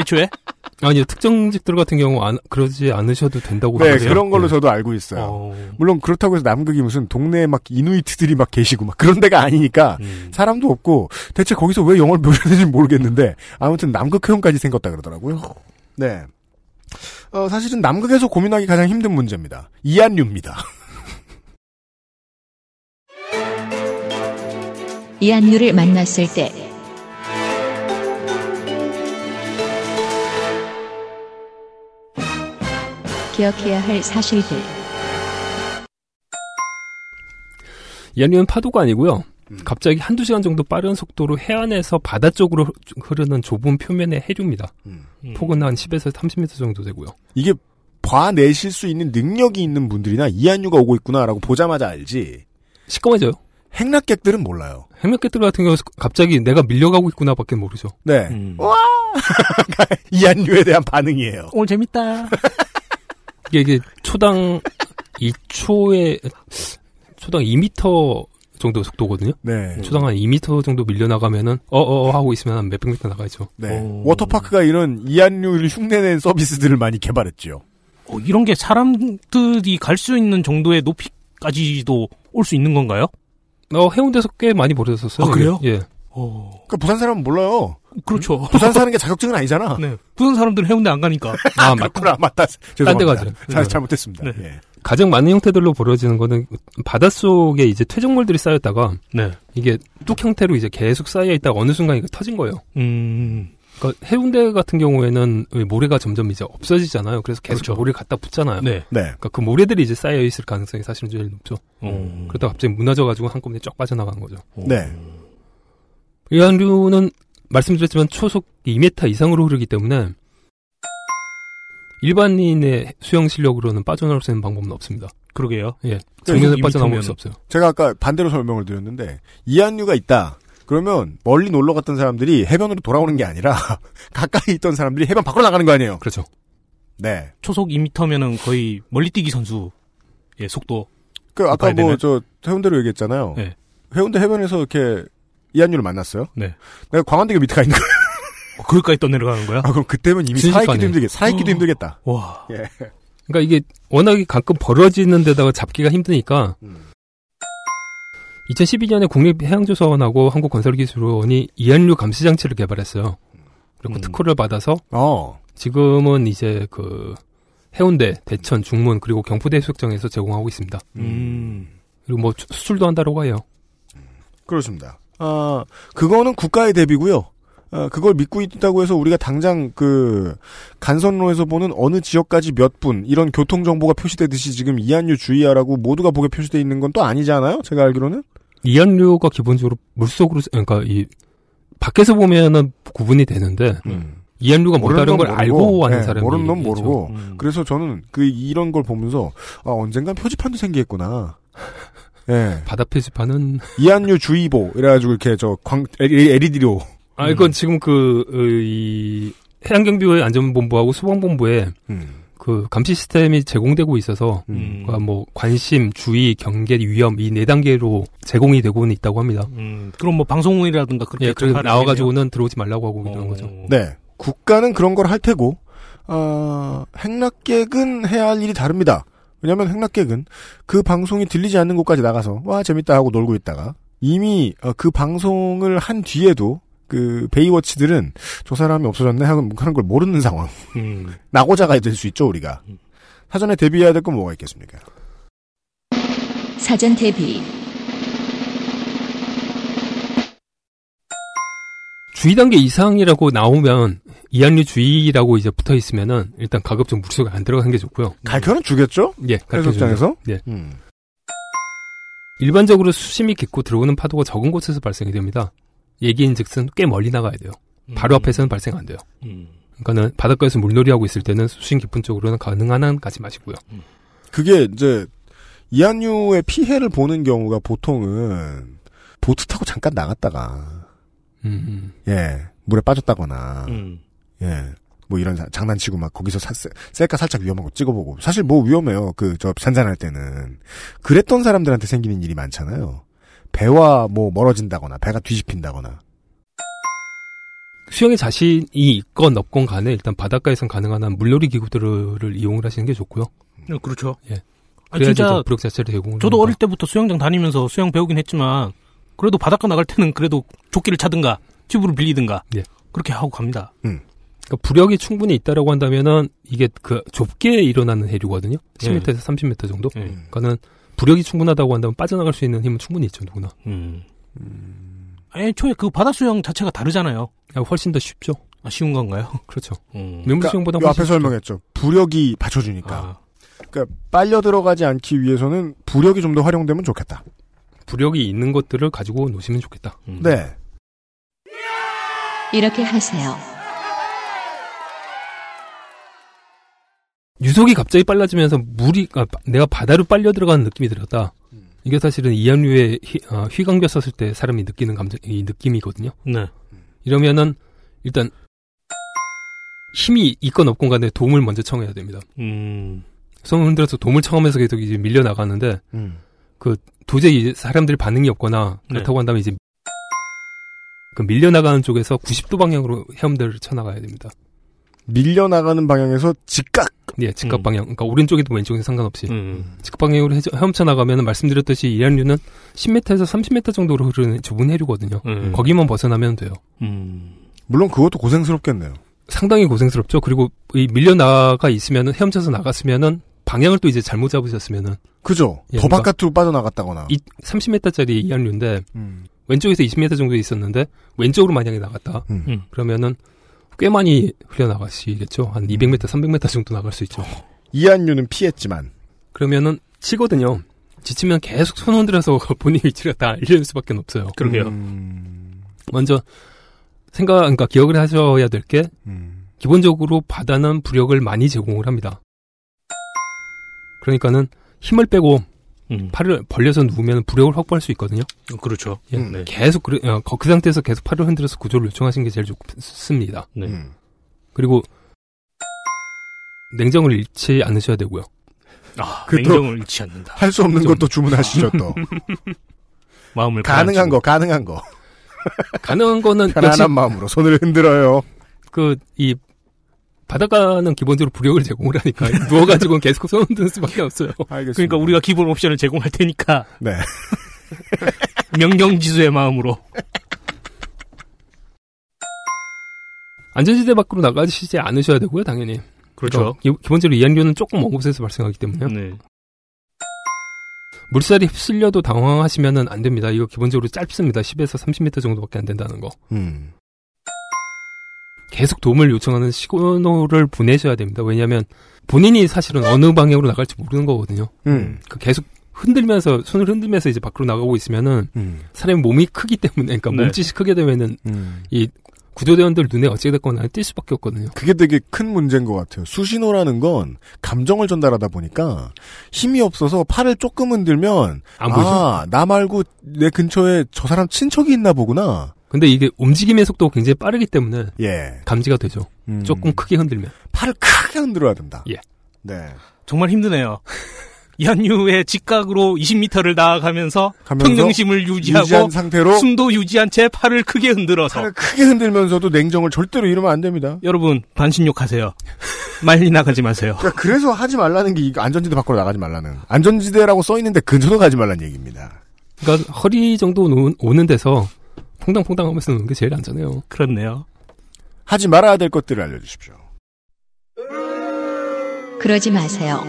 애초에
아니요. 특정직들 같은 경우 안, 그러지 않으셔도 된다고
네,
하세요.
그런 걸로
네.
저도 알고 있어요.
어,
물론 그렇다고 해서 남극이 무슨 동네에 막 이누이트들이 막 계시고 막 그런 데가 아니니까
음.
사람도 없고 대체 거기서 왜 영어를 묘사되는지 모르겠는데 아무튼 남극 회원까지 생겼다 그러더라고요. 네. 어, 사실은 남극에서 고민하기 가장 힘든 문제입니다. 이안류입니다.
이한유를 만났을 때 기억해야 할 사실들
이현류는 파도가 아니고요.
음.
갑자기 한두 시간 정도 빠른 속도로 해안에서 바다 쪽으로 흐- 흐르는 좁은 표면의 해류입니다.
음.
폭은 한 10에서 30m 정도 되고요.
이게 봐내실 수 있는 능력이 있는 분들이나 이안류가 오고 있구나라고 보자마자 알지
시꺼매져요.
행락객들은 몰라요.
핵맥개들 같은 경우 갑자기 내가 밀려가고 있구나 밖에 모르죠.
네.
음.
이안류에 대한 반응이에요.
오늘 재밌다.
이게, 이게 초당 2초에 초당 2m 정도 속도거든요.
네.
초당 한 2m 정도 밀려나가면은 어어어 하고 있으면 한 몇백 미터 나가죠.
네.
오.
워터파크가 이런 이안류를 흉내낸 서비스들을 많이 개발했지요.
어, 이런 게 사람들이 갈 수 있는 정도의 높이까지도 올 수 있는 건가요?
어, 해운대에서 꽤 많이 벌어졌었어요.
아, 그래요?
예.
어,
그러니까 부산 사람은 몰라요.
그렇죠.
부산 사는 게 자격증은 아니잖아.
네. 부산 사람들은 해운대 안 가니까.
아, 맞
그렇구나. 맞다.
딴데
죄송합니다.
가죠.
잘, 잘못했습니다.
네.
예.
가장 많은 형태들로 벌어지는 거는 바닷속에 이제 퇴적물들이 쌓였다가
네.
이게 뚝 형태로 이제 계속 쌓여 있다가 어느 순간 이거 터진 거예요.
음,
그러니까 해운대 같은 경우에는 왜 모래가 점점 이제 없어지잖아요. 그래서 계속
그렇죠.
모래 갖다 붙잖아요.
네.
네.
그러니까 그 모래들이 이제 쌓여 있을 가능성이 사실은 제일 높죠.
어,
그러다 갑자기 무너져가지고 한꺼번에 쫙 빠져나간 거죠.
네.
이한류는 말씀드렸지만 초속 2m 이상으로 흐르기 때문에 일반인의 수영 실력으로는 빠져나올 수 있는 방법은 없습니다.
그러게요.
예.
계속
정면에
2m
빠져나올
면.
수 없어요.
제가 아까 반대로 설명을 드렸는데, 이안류가 있다. 그러면 멀리 놀러 갔던 사람들이 해변으로 돌아오는 게 아니라, 가까이 있던 사람들이 해변 밖으로 나가는 거 아니에요.
그렇죠.
네.
초속 2m면은 거의 멀리뛰기 선수의 속도.
그 아까
봐야 되네.
뭐 저 해운대로 얘기했잖아요.
네.
해운대 해변에서 이렇게 이한유를 만났어요.
네.
내가 광안대교 밑에 가 있는 거야.
거기까지 어, 떠내려가는 거야?
아, 그럼 그때면 이미
순식간에.
살아있기도 힘들겠, 살아있기도 힘들겠다.
와.
예.
그러니까 이게 워낙에 가끔 벌어지는 데다가 잡기가 힘드니까 2012년에 국립해양조사원하고 한국건설기술원이 이한류 감시장치를 개발했어요. 그리고 특허를 받아서
어.
지금은 이제 그 해운대, 대천, 중문 그리고 경포대 해수욕장에서 제공하고 있습니다.
음.
그리고 뭐 수- 수출도 한다고 해요.
그렇습니다. 아, 그거는 국가의 대비고요. 아, 그걸 믿고 있다고 해서 우리가 당장 그 간선로에서 보는 어느 지역까지 몇 분 이런 교통 정보가 표시되듯이 지금 이한류 주의하라고 모두가 보게 표시돼 있는 건 또 아니잖아요. 제가 알기로는
이한류가 기본적으로 물속으로 그러니까 이 밖에서 보면은 구분이 되는데
음.
이한류가
모르는
뭐다른
건
걸
모르고,
알고 하는
예,
사람이
모르는 건
있죠.
모르고
음.
그래서 저는 그 이런 걸 보면서 아, 언젠간 표지판도 생기겠구나. 예.
바다 표지판은
이한류 주의보 이래가지고 이렇게 저광 LED로
아 이건 지금 어, 그이 해양경비의 안전본부하고 수방본부에
음.
그 감시 시스템이 제공되고 있어서
음.
그러니까 뭐 관심, 주의, 경계, 위험 이 네 단계로 제공이 되고는 있다고 합니다.
음. 그럼 뭐 방송이라든가 그렇게
예, 그래서
잘
나와가지고는 들어오지 말라고 하고
알겠네요.
이러는 거죠.
어.
네. 국가는 그런 걸 할 테고, 아, 행락객은 해야 할 일이 다릅니다. 왜냐면 하 행락객은 그 방송이 들리지 않는 곳까지 나가서, 와, 재밌다 하고 놀고 있다가, 이미 어, 그 방송을 한 뒤에도, 그, 베이워치들은 저 사람이 없어졌네 하고 하는 걸 모르는 상황.
음.
낙오자가 될 수 있죠, 우리가.
음.
사전에 대비해야 될 건 뭐가 있겠습니까?
사전 대비.
주의 단계 이상이라고 나오면 이한류 주의라고 이제 붙어 있으면은 일단 가급 적 물속에 안 들어가는 게 좋고요.
갈켜는 주겠죠?
예, 가르쳐주는
해수욕장에서?
거. 예,
음.
일반적으로 수심이 깊고 들어오는 파도가 적은 곳에서 발생이 됩니다. 얘기인즉슨 꽤 멀리 나가야 돼요. 바로 앞에서는 발생 안 돼요.
음.
그러니까는 바닷가에서 물놀이하고 있을 때는 수심 깊은 쪽으로는 가능한 한 가지 마시고요.
그게 이제, 이한유의 피해를 보는 경우가 보통은, 보트 타고 잠깐 나갔다가,
음,
예, 물에 빠졌다거나,
음.
예, 뭐 이런 사- 장난치고 막 거기서 사, 셀- 셀카 살짝 위험한 거 찍어보고. 사실 뭐 위험해요. 그, 저, 산산할 때는. 그랬던 사람들한테 생기는 일이 많잖아요. 배와 뭐 멀어진다거나, 배가 뒤집힌다거나.
수영의 자신이 있건 없건 간에 일단 바닷가에선 가능한 한 물놀이 기구들을 이용을 하시는 게 좋고요.
네, 그렇죠.
예.
아,
그래야지 음.
진짜
저 부력 자체를 제공을
저도
하니까.
어릴 때부터 수영장 다니면서 수영 배우긴 했지만 그래도 바닷가 나갈 때는 그래도 조끼를 차든가 튜브를 빌리든가
예.
그렇게 하고 갑니다.
그러니까 부력이 충분히 있다라고 한다면은 이게 그 좁게 일어나는 해류거든요. 10m에서 30m 정도.
예.
그러니까는 부력이 충분하다고 한다면 빠져나갈 수 있는 힘은 충분히 있죠, 누구나.
음. 아니, 초에 그 바다 수영 자체가 다르잖아요.
아, 훨씬 더 쉽죠.
아, 쉬운 건가요?
그렇죠.
음.
민물 수영보다
그러니까 요 앞에
훨씬 쉽죠.
설명했죠. 부력이 받쳐주니까.
아,
그러니까 빨려 들어가지 않기 위해서는 부력이 좀 더 활용되면 좋겠다.
부력이 있는 것들을 가지고 노시면 좋겠다.
음.
네.
이렇게 하세요.
유속이 갑자기 빨라지면서 물이 아, 바- 내가 바다로 빨려 들어가는 느낌이 들었다.
음.
이게 사실은 이한류에 휘, 아, 휘감겼었을 때 사람이 느끼는 감정, 이 느낌이거든요.
네.
이러면은 일단 힘이 있건 없건 간에 도움을 먼저 청해야 됩니다.
음.
손을 흔들어서 도움을 청하면서 계속 이제 밀려 나가는데
음.
도저히 이제 사람들이 반응이 없거나
네.
그렇다고 한다면 이제 그 밀려 나가는 쪽에서 90도 방향으로 헤엄대를 쳐 나가야 됩니다.
밀려나가는 방향에서 직각!
예, 직각
음.
방향. 그러니까 오른쪽이든 왼쪽이든 상관없이
음.
직각 방향으로 헤- 헤엄쳐 나가면 말씀드렸듯이 이란류는 10m에서 30m 정도로 흐르는 좁은 해류거든요.
음.
거기만 벗어나면 돼요.
음.
물론 그것도 고생스럽겠네요.
상당히 고생스럽죠. 그리고 이 밀려 나가 있으면은 헤엄쳐서 나갔으면은 방향을 또 이제 잘못 잡으셨으면은
그죠?
예,
더
그러니까
바깥으로 빠져나갔다거나.
이 30m짜리 이안류인데
음.
왼쪽에서 20m 정도 있었는데 왼쪽으로 만약에 나갔다
음.
음.
그러면은 꽤 많이 흘려나가시겠죠. 한 200m, 300m 정도 나갈 수 있죠.
이한유는 피했지만.
그러면은 치거든요. 지치면 계속 손 흔들어서 본인 위치를 다 알리는 수밖에 없어요.
그러게요.
음.
먼저 생각, 그러니까 기억을 하셔야 될 게
음.
기본적으로 바다는 부력을 많이 제공을 합니다. 그러니까는 힘을 빼고
음.
팔을 벌려서 누우면 부력을 확보할 수 있거든요.
어, 그렇죠.
예.
음, 네.
계속 그, 어, 그 상태에서 계속 팔을 흔들어서 구조를 요청하시는 게 제일 좋습니다.
네.
음.
그리고 냉정을 잃지 않으셔야 되고요.
아,
그
냉정을 잃지 않는다.
할 수 없는
좀-
것도 주문하시죠 또.
마음을
가능한 거, 가능한 거.
가능한 거는
편안한
역시
마음으로 손을 흔들어요.
그 이 바닷가는 기본적으로 부력을 제공을 하니까 누워가지고는 계속 손 흔드는 수밖에 없어요.
그러니까 우리가 기본 옵션을 제공할 테니까
네.
명령지수의 마음으로
안전지대 밖으로 나가시지 않으셔야 되고요, 당연히.
그렇죠. 음.
기- 기본적으로 이안류는 조금 먼 곳에서 발생하기
네.
때문에요. 물살이 휩쓸려도 당황하시면은 안 됩니다. 이거 기본적으로 짧습니다. 10에서 30m 정도밖에 안 된다는 거.
음.
계속 도움을 요청하는 신호를 보내셔야 됩니다. 왜냐하면 본인이 사실은 어느 방향으로 나갈지 모르는 거거든요.
음.
그 계속 흔들면서 손을 흔들면서 이제 밖으로 나가고 있으면은
음.
사람이 몸이 크기 때문에 그러니까
네.
몸짓이 크게 되면은
음.
이 구조대원들 눈에 어찌 됐거나 뛸 수밖에 없거든요.
그게 되게 큰 문제인 것 같아요. 수신호라는 건 감정을 전달하다 보니까 힘이 없어서 팔을 조금 흔들면
안 보이죠?
아, 나 말고 내 근처에 저 사람 친척이 있나 보구나.
근데 이게 움직임의 속도가 굉장히 빠르기 때문에
예.
감지가 되죠.
음.
조금 크게 흔들면.
팔을 크게 흔들어야 된다.
예.
네.
정말 힘드네요. 연유의 직각으로 20m를 나아가면서
가면서
평정심을 유지하고
유지한 상태로
숨도 유지한 채 팔을 크게 흔들어서
팔을 크게 흔들면서도 냉정을 절대로 잃으면 안 됩니다.
여러분 반신욕하세요. 말리 나가지 마세요.
그러니까 그래서 하지 말라는 게 이거 안전지대 밖으로 나가지 말라는 안전지대라고 써 있는데 근처도 가지 말라는 얘기입니다.
그러니까 허리 정도 노- 오는 데서 퐁당퐁당 하면서 노는 게 제일 안전해요.
그렇네요.
하지 말아야 될 것들을 알려주십시오.
그러지 마세요.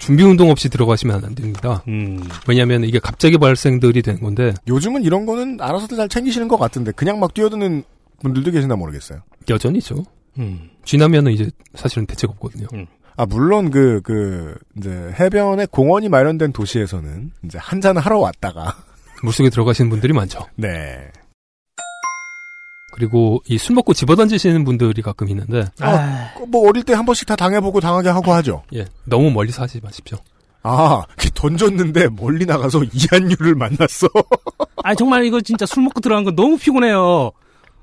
준비 운동 없이 들어가시면 안 됩니다.
음,
왜냐하면 이게 갑자기 발생들이 되는 건데
요즘은 이런 거는 알아서들 잘 챙기시는 것 같은데 그냥 막 뛰어드는 분들도 계시나 모르겠어요.
여전히죠.
음.
지나면은 이제 사실은 대책 없거든요.
아 물론 그 그 이제 해변에 공원이 마련된 도시에서는 이제 한잔 하러 왔다가
물속에 들어가시는 분들이 많죠.
네.
그리고 이 술 먹고 집어던지시는 분들이 가끔 있는데
아,
그뭐 어릴 때 한 번씩 다 당해보고 당하게 하고 하죠.
예, 너무 멀리서 하지 마십시오.
아 던졌는데 멀리 나가서 이한유를 만났어.
아니, 정말 이거 진짜 술 먹고 들어간 건 너무 피곤해요.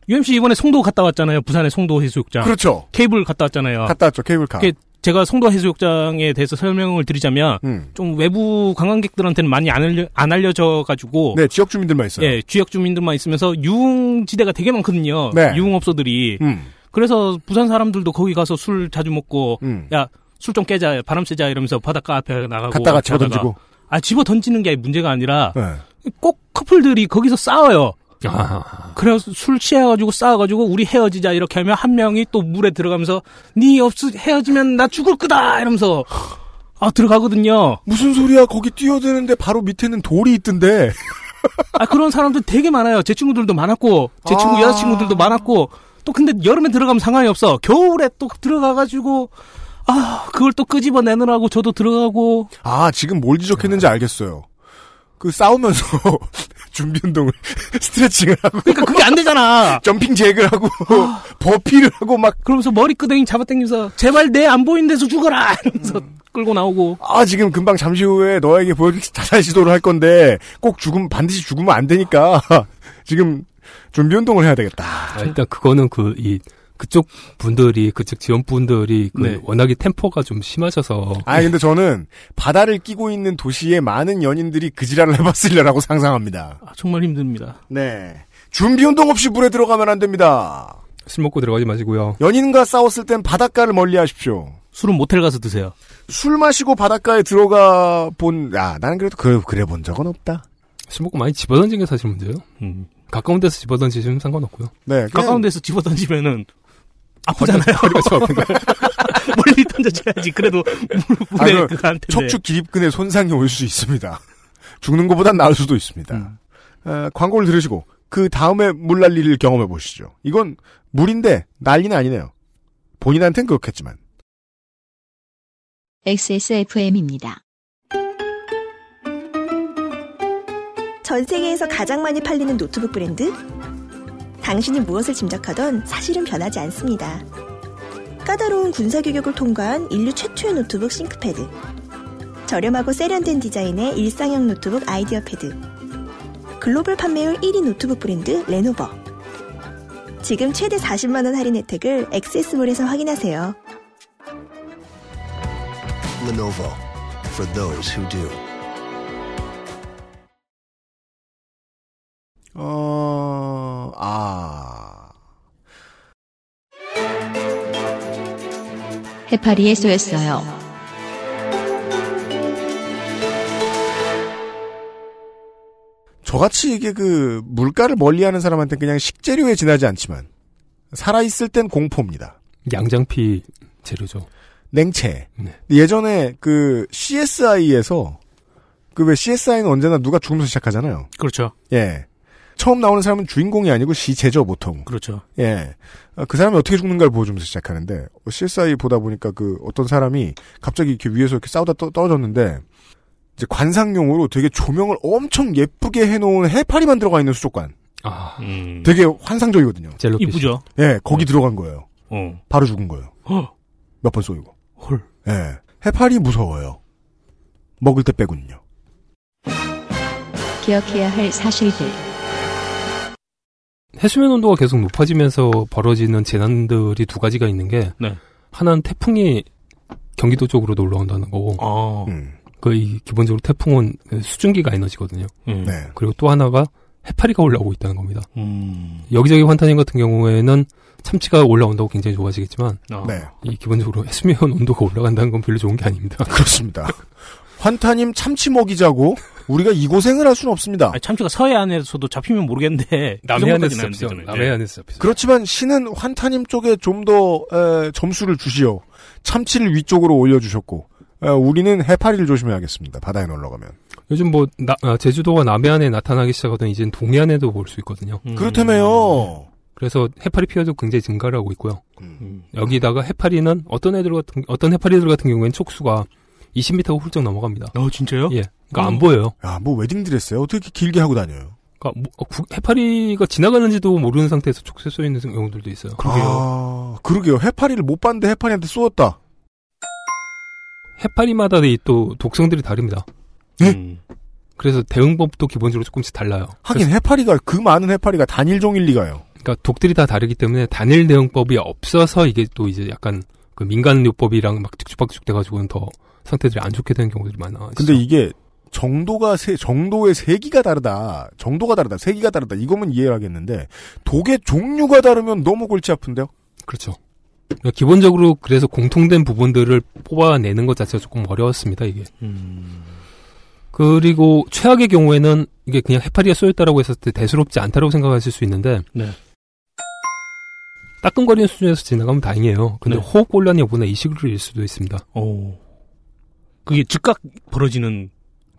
UMC 이번에 송도 갔다 왔잖아요. 부산의 송도 해수욕장.
그렇죠.
케이블 갔다 왔잖아요.
갔다 왔죠 케이블카.
그게- 제가 송도 해수욕장에 대해서 설명을 드리자면
음.
좀 외부 관광객들한테는 많이 안, 알려, 안 알려져 가지고
네 지역 주민들만 있어요.
예, 지역 주민들만 있으면서 유흥지대가 되게 많거든요.
네.
유흥업소들이.
음.
그래서 부산 사람들도 거기 가서 술 자주 먹고
음.
야 술 좀 깨자 바람 쐬자 이러면서 바닷가 앞에 나가고
갔다가 집어
자다가.
던지고.
아 집어 던지는 게 문제가 아니라
네.
꼭 커플들이 거기서 싸워요.
아,
그래서 술 취해가지고 싸워가지고 우리 헤어지자 이렇게 하면 한 명이 또 물에 들어가면서 니 없으 헤어지면 나 죽을 거다 이러면서 아 들어가거든요.
무슨 소리야? 거기 뛰어드는데 바로 밑에는 돌이 있던데.
아 그런 사람들 되게 많아요. 제 친구들도 많았고 제 친구
아.
여자친구들도 많았고 또 근데 여름에 들어가면 상관이 없어. 겨울에 또 들어가가지고 아 그걸 또 끄집어 내느라고 저도 들어가고
아, 지금 뭘 지적했는지 알겠어요. 그 싸우면서 준비 운동을 스트레칭을 하고
그러니까 그게 안 되잖아.
점핑 잭을 하고 버피를 하고 막
그러면서 머리끄덩이 잡아당기면서 제발 내 안 보이는 데서 죽어라 이러면서 끌고 나오고
아, 지금 금방 잠시 후에 너에게 보여줄 자살 시도를 할 건데 꼭 죽음 반드시 죽으면 안 되니까 지금 준비 운동을 해야 되겠다.
아, 일단 그거는 그 이 그쪽 분들이 그쪽 지원 분들이 그
네.
워낙에 템포가 좀 심하셔서
아 근데 저는 바다를 끼고 있는 도시에 많은 연인들이 그 지랄을 해봤으려라고 상상합니다.
아, 정말 힘듭니다.
네. 준비 운동 없이 물에 들어가면 안 됩니다.
술 먹고 들어가지 마시고요.
연인과 싸웠을 땐 바닷가를 멀리 하십시오.
술은 모텔 가서 드세요.
술 마시고 바닷가에 들어가 본, 아, 나는 그래도 그, 그래 본 적은 없다.
술 먹고 많이 집어던진 게 사실 문제예요.
음.
가까운 데서 집어던지시면 상관없고요.
네.
가까운 데서 집어 던지면은 아프잖아요. 멀리 던져줘야지. 그래도
아,
물에
그럼
그거 안 텐데.
척추 기립근에 손상이 올 수 있습니다. 죽는 것보단 나을 수도 있습니다. 어, 광고를 들으시고, 그 다음에 물난리를 경험해 보시죠. 이건 물인데 난리는 아니네요. 본인한텐 그렇겠지만.
XSFM입니다.
전 세계에서 가장 많이 팔리는 노트북 브랜드? 당신이 무엇을 짐작하던 사실은 변하지 않습니다. 까다로운 군사 규격을 통과한 인류 최초의 노트북 싱크패드. 저렴하고 세련된 디자인의 일상형 노트북 아이디어 패드. 글로벌 판매율 1위 노트북 브랜드 레노버. 지금 최대 40만원 할인 혜택을 액세스몰에서 확인하세요.
Lenovo. for those who do.
어, 아.
해파리에 쏘였어요.
저같이 이게 그 물가를 멀리하는 사람한테 그냥 식재료에 지나지 않지만 살아있을 땐 공포입니다.
양장피 재료죠.
냉채. 예전에 그 CSI에서 그 왜 CSI는 언제나 누가 죽으면서 시작하잖아요.
그렇죠.
예. 처음 나오는 사람은 주인공이 아니고 시체죠 보통.
그렇죠.
예. 아, 그 사람이 어떻게 죽는가를 보여주면서 시작하는데 어, CSI 보다 보니까 그 어떤 사람이 갑자기 이렇게 위에서 이렇게 싸우다 떠, 떨어졌는데 이제 관상용으로 되게 조명을 엄청 예쁘게 해놓은 해파리만 들어가 있는 수족관.
아,
되게 환상적이거든요.
젤로피쉬.
음. 이쁘죠?
예, 거기 들어간 거예요.
어.
바로 죽은 거예요.
음. 헉.
몇 번 쏘이고.
헐.
예. 해파리 무서워요. 먹을 때 빼군요.
기억해야 할 사실들.
해수면 온도가 계속 높아지면서 벌어지는 재난들이 두 가지가 있는 게
네.
하나는 태풍이 경기도 쪽으로 놀러 온다는 거고
어.
음.
그 이- 기본적으로 태풍은 수증기가 에너지거든요.
음. 네.
그리고 또 하나가 해파리가 올라오고 있다는 겁니다. 여기저기 환타님 같은 경우에는 참치가 올라온다고 굉장히 좋아하시겠지만
아. 네.
이 기본적으로 해수면 온도가 올라간다는 건 별로 좋은 게 아닙니다.
그렇습니다. 환타님 참치 먹이자고 우리가 이 고생을 할 수는 없습니다.
참치가 서해안에서도 잡히면 모르겠는데 그 음.
남해안에서 잡히죠. 남해안에서 잡히죠.
그렇지만 신은 환타님 쪽에 좀 더 점수를 주시어 참치를 위쪽으로 올려주셨고 에, 우리는 해파리를 조심해야겠습니다. 바다에 놀러 가면
요즘 뭐 나- 아, 제주도가 남해안에 나타나기 시작하던 이젠 동해안에도 볼 수 있거든요.
음.
음. 그렇다며요.
그래서 해파리 피해도 굉장히 증가를 하고 있고요. 여기다가 해파리는 어떤 애들 같은 어떤 해파리들 같은 경우에는 촉수가 20m가 훌쩍 넘어갑니다.
어 진짜요?
예. 그러니까 안 보여요.
야뭐 웨딩 드레스요? 어떻게 이렇게 길게 하고 다녀요?
그러니까 뭐, 어, 구- 해파리가 지나가는지도 모르는 상태에서 촉수 쏠 있는 경우들도 있어요.
아, 그러게요. 해파리를 못 봤는데 해파리한테 쏘았다.
해파리마다 이또 독성들이 다릅니다.
네?
그래서 대응법도 기본적으로 조금씩 달라요.
하긴 해파리가 그 많은 해파리가 단일 종일 리가요.
그러니까 독들이 다 다르기 때문에 단일 대응법이 없어서 이게 또 이제 약간 그 민간요법이랑 막 직죽박죽 돼가지고는 더 상태들이 안 좋게 되는 경우들이 많아.
근데 이게 정도가 세, 정도의 세기가 다르다. 정도가 다르다. 세기가 다르다. 이거면 이해하겠는데 독의 종류가 다르면 너무 골치 아픈데요.
그렇죠. 그러니까 기본적으로 그래서 공통된 부분들을 뽑아내는 것 자체가 조금 어려웠습니다, 이게. 음. 그리고 최악의 경우에는 이게 그냥 해파리가 쏘였다라고 했을 때 대수롭지 않다라고 생각하실 수 있는데 따끔거리는 수준에서 지나가면 다행이에요. 근데 호흡곤란이 오거나 이식을 일 수도 있습니다.
어. 그게 즉각 벌어지는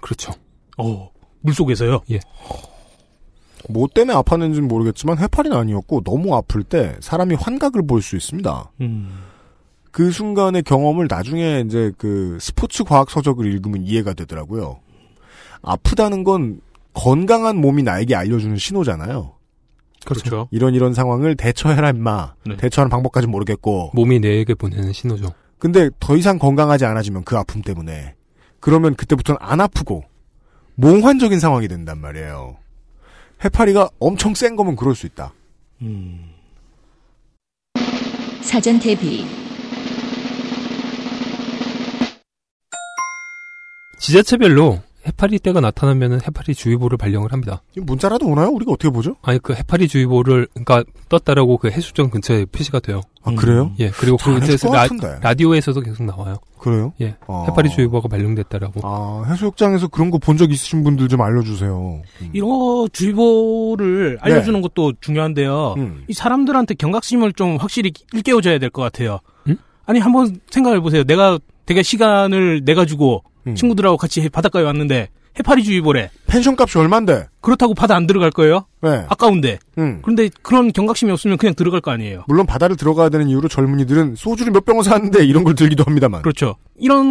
그렇죠.
어. 물속에서요?
예.
뭐 때문에 아팠는지는 모르겠지만 해파리는 아니었고 너무 아플 때 사람이 환각을 볼 수 있습니다. 그 순간의 경험을 나중에 이제 그 스포츠 과학 서적을 읽으면 이해가 되더라고요. 아프다는 건 건강한 몸이 나에게 알려주는 신호잖아요.
그렇죠.
이런 이런 상황을 대처해라 임마.
네.
대처하는 방법까지 는 모르겠고.
몸이 뇌에게 보내는 신호죠.
근데 더 이상 건강하지 않아지면 그 아픔 때문에 그러면 그때부터는 안 아프고 몽환적인 상황이 된단 말이에요. 해파리가 엄청 센 거면 그럴 수 있다.
사전 대비.
지자체별로 해파리 때가 나타나면 해파리 주의보를 발령을 합니다.
문자라도 오나요? 우리가 어떻게 보죠?
아니 그 해파리 주의보를 그러니까 떴다라고 그 해수장 근처에 표시가 돼요.
아 그래요?
예 그리고 그
잘했을
근처에서
것
라,
같은데.
라디오에서도 계속 나와요.
그래요?
예
아.
해파리 주의보가 발령됐다라고.
아 해수욕장에서 그런 거 본 적 있으신 분들 좀 알려주세요. 음.
이런 주의보를 알려주는 것도 중요한데요. 이 사람들한테 경각심을 좀 확실히 일깨워줘야 될 것 같아요. 아니 한번 생각해 보세요. 내가 되게 시간을 내가 주고 친구들하고 같이 바닷가에 왔는데 해파리 주의보래.
펜션 값이 얼만데?
그렇다고 바다 안 들어갈 거예요?
네.
아까운데.
음.
그런데 그런 경각심이 없으면 그냥 들어갈 거 아니에요.
물론 바다를 들어가야 되는 이유로 젊은이들은 소주를 몇 병을 샀는데 이런 걸 들기도 합니다만.
그렇죠. 이런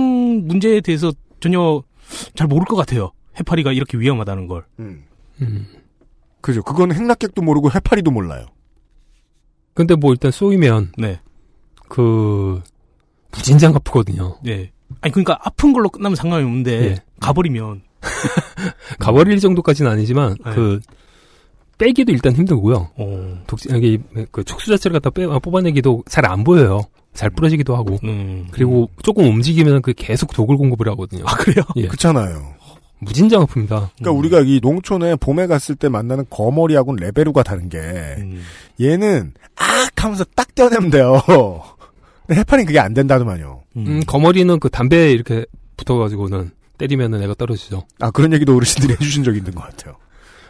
문제에 대해서 전혀 잘 모를 것 같아요. 해파리가 이렇게 위험하다는 걸.
음.
음.
그죠. 그건 행락객도 모르고 해파리도 몰라요.
근데 뭐 일단 쏘이면
네.
그 무진장 아프거든요.
네. 아니 그러니까 아픈 걸로 끝나면 상관이 없는데
예.
가버리면
가버릴 정도까지는 아니지만
네.
그 빼기도 일단 힘들고요.
독 어.
독 여기 그 촉수 자체를 갖다 빼, 아, 뽑아내기도 잘 안 보여요. 잘 부러지기도 하고
음.
그리고 조금 움직이면 그 계속 독을 공급을 하거든요. 아
그래요?
그렇잖아요.
무진장 아픕니다.
음.
그러니까 우리가 이 농촌에 봄에 갔을 때 만나는 거머리하고는 레벨우가 다른 게
음.
얘는 악 하면서 딱 떼어내면 돼요. 근데 해파리는 그게 안 된다더만요.
음, 거머리는 그 담배에 이렇게 붙어가지고는 때리면은 애가 떨어지죠.
아 그런 얘기도 어르신들이 해주신 적이 있는 것 같아요.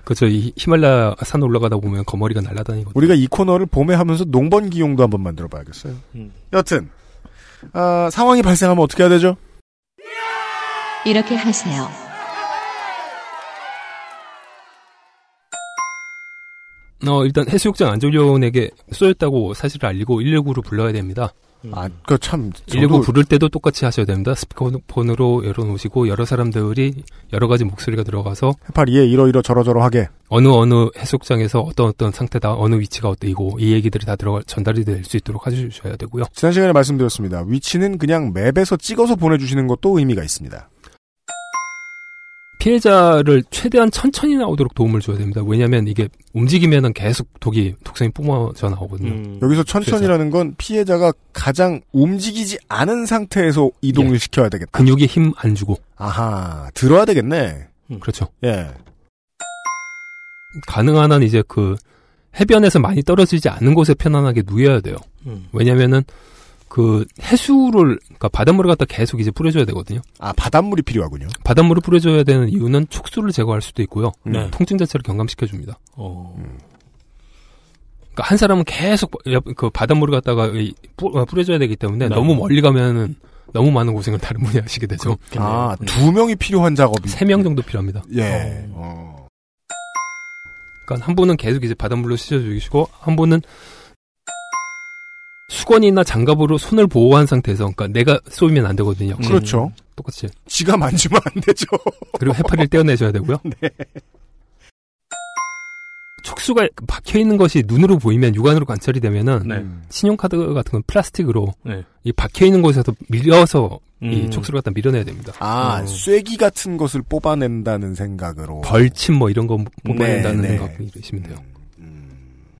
그렇죠. 이 히말라야 산 올라가다 보면 거머리가 날아다니거든요.
우리가 이 코너를 봄에 하면서 농번기용도 한번 만들어봐야겠어요. 여튼 아, 상황이 발생하면 어떻게 해야 되죠?
이렇게 하세요.
어, 일단 해수욕장 안전요원에게 쏘였다고 사실을 알리고 119로 불러야 됩니다.
음.
아, 그 참. 저도-
119 부를 때도 똑같이 하셔야 됩니다. 스피커폰으로 열어놓으시고 여러 사람들이 여러 가지 목소리가 들어가서
해파리에 이러이러 저러저러하게
어느 어느 해수욕장에서 어떤 어떤 상태다, 어느 위치가 어디고 이 얘기들이 다 들어가 전달이 될 수 있도록 해주셔야 되고요.
지난 시간에 말씀드렸습니다. 위치는 그냥 맵에서 찍어서 보내주시는 것도 의미가 있습니다.
피해자를 최대한 천천히 나오도록 도움을 줘야 됩니다. 왜냐하면 이게 움직이면은 계속 독이 독성이 뿜어져
음.
나오거든요.
여기서 천천히라는 건 피해자가 가장 움직이지 않은 상태에서 이동을 시켜야 되겠다.
예. 근육에 힘 안 주고.
아하, 들어야 되겠네.
그렇죠.
예.
가능한 한 이제 그 해변에서 많이 떨어지지 않는 곳에 편안하게 누워야 돼요.
음.
왜냐면은 그 해수를 그러니까 바닷물을 갖다 계속 이제 뿌려줘야 되거든요.
아 바닷물이 필요하군요.
바닷물을 뿌려줘야 되는 이유는 촉수를 제거할 수도 있고요.
네.
통증 자체를 경감시켜 줍니다.
어. 음.
그러니까 한 사람은 계속 옆- 그 바닷물을 갖다가 이 뿌- 어, 뿌려줘야 되기 때문에
네.
너무 멀리 가면은 너무 많은 고생을 다른 분이 하시게 되죠.
아,
음.
두 명이 필요한 작업이.
음. 세 명 정도 어. 필요합니다.
예.
그러니까 한 분은 계속 이제 바닷물로 씻어주시고 한 분은 수건이나 장갑으로 손을 보호한 상태에서 그러니까 내가 쏘면 안 되거든요. 역시.
그렇죠.
똑같이.
지가 만지면 안 되죠.
그리고 해파리를 떼어내셔야 되고요.
네.
촉수가 박혀 있는 것이 눈으로 보이면 육안으로 관찰이 되면은
네. 음.
신용카드 같은 건 플라스틱으로
네.
이 박혀 있는 곳에서 밀려서 이
음.
촉수를 갖다 밀어내야 됩니다.
아, 쐐기 같은 것을 뽑아낸다는 생각으로.
벌침 뭐 이런 거 뽑아낸다는
네, 네.
생각 이러시면 돼요.
음.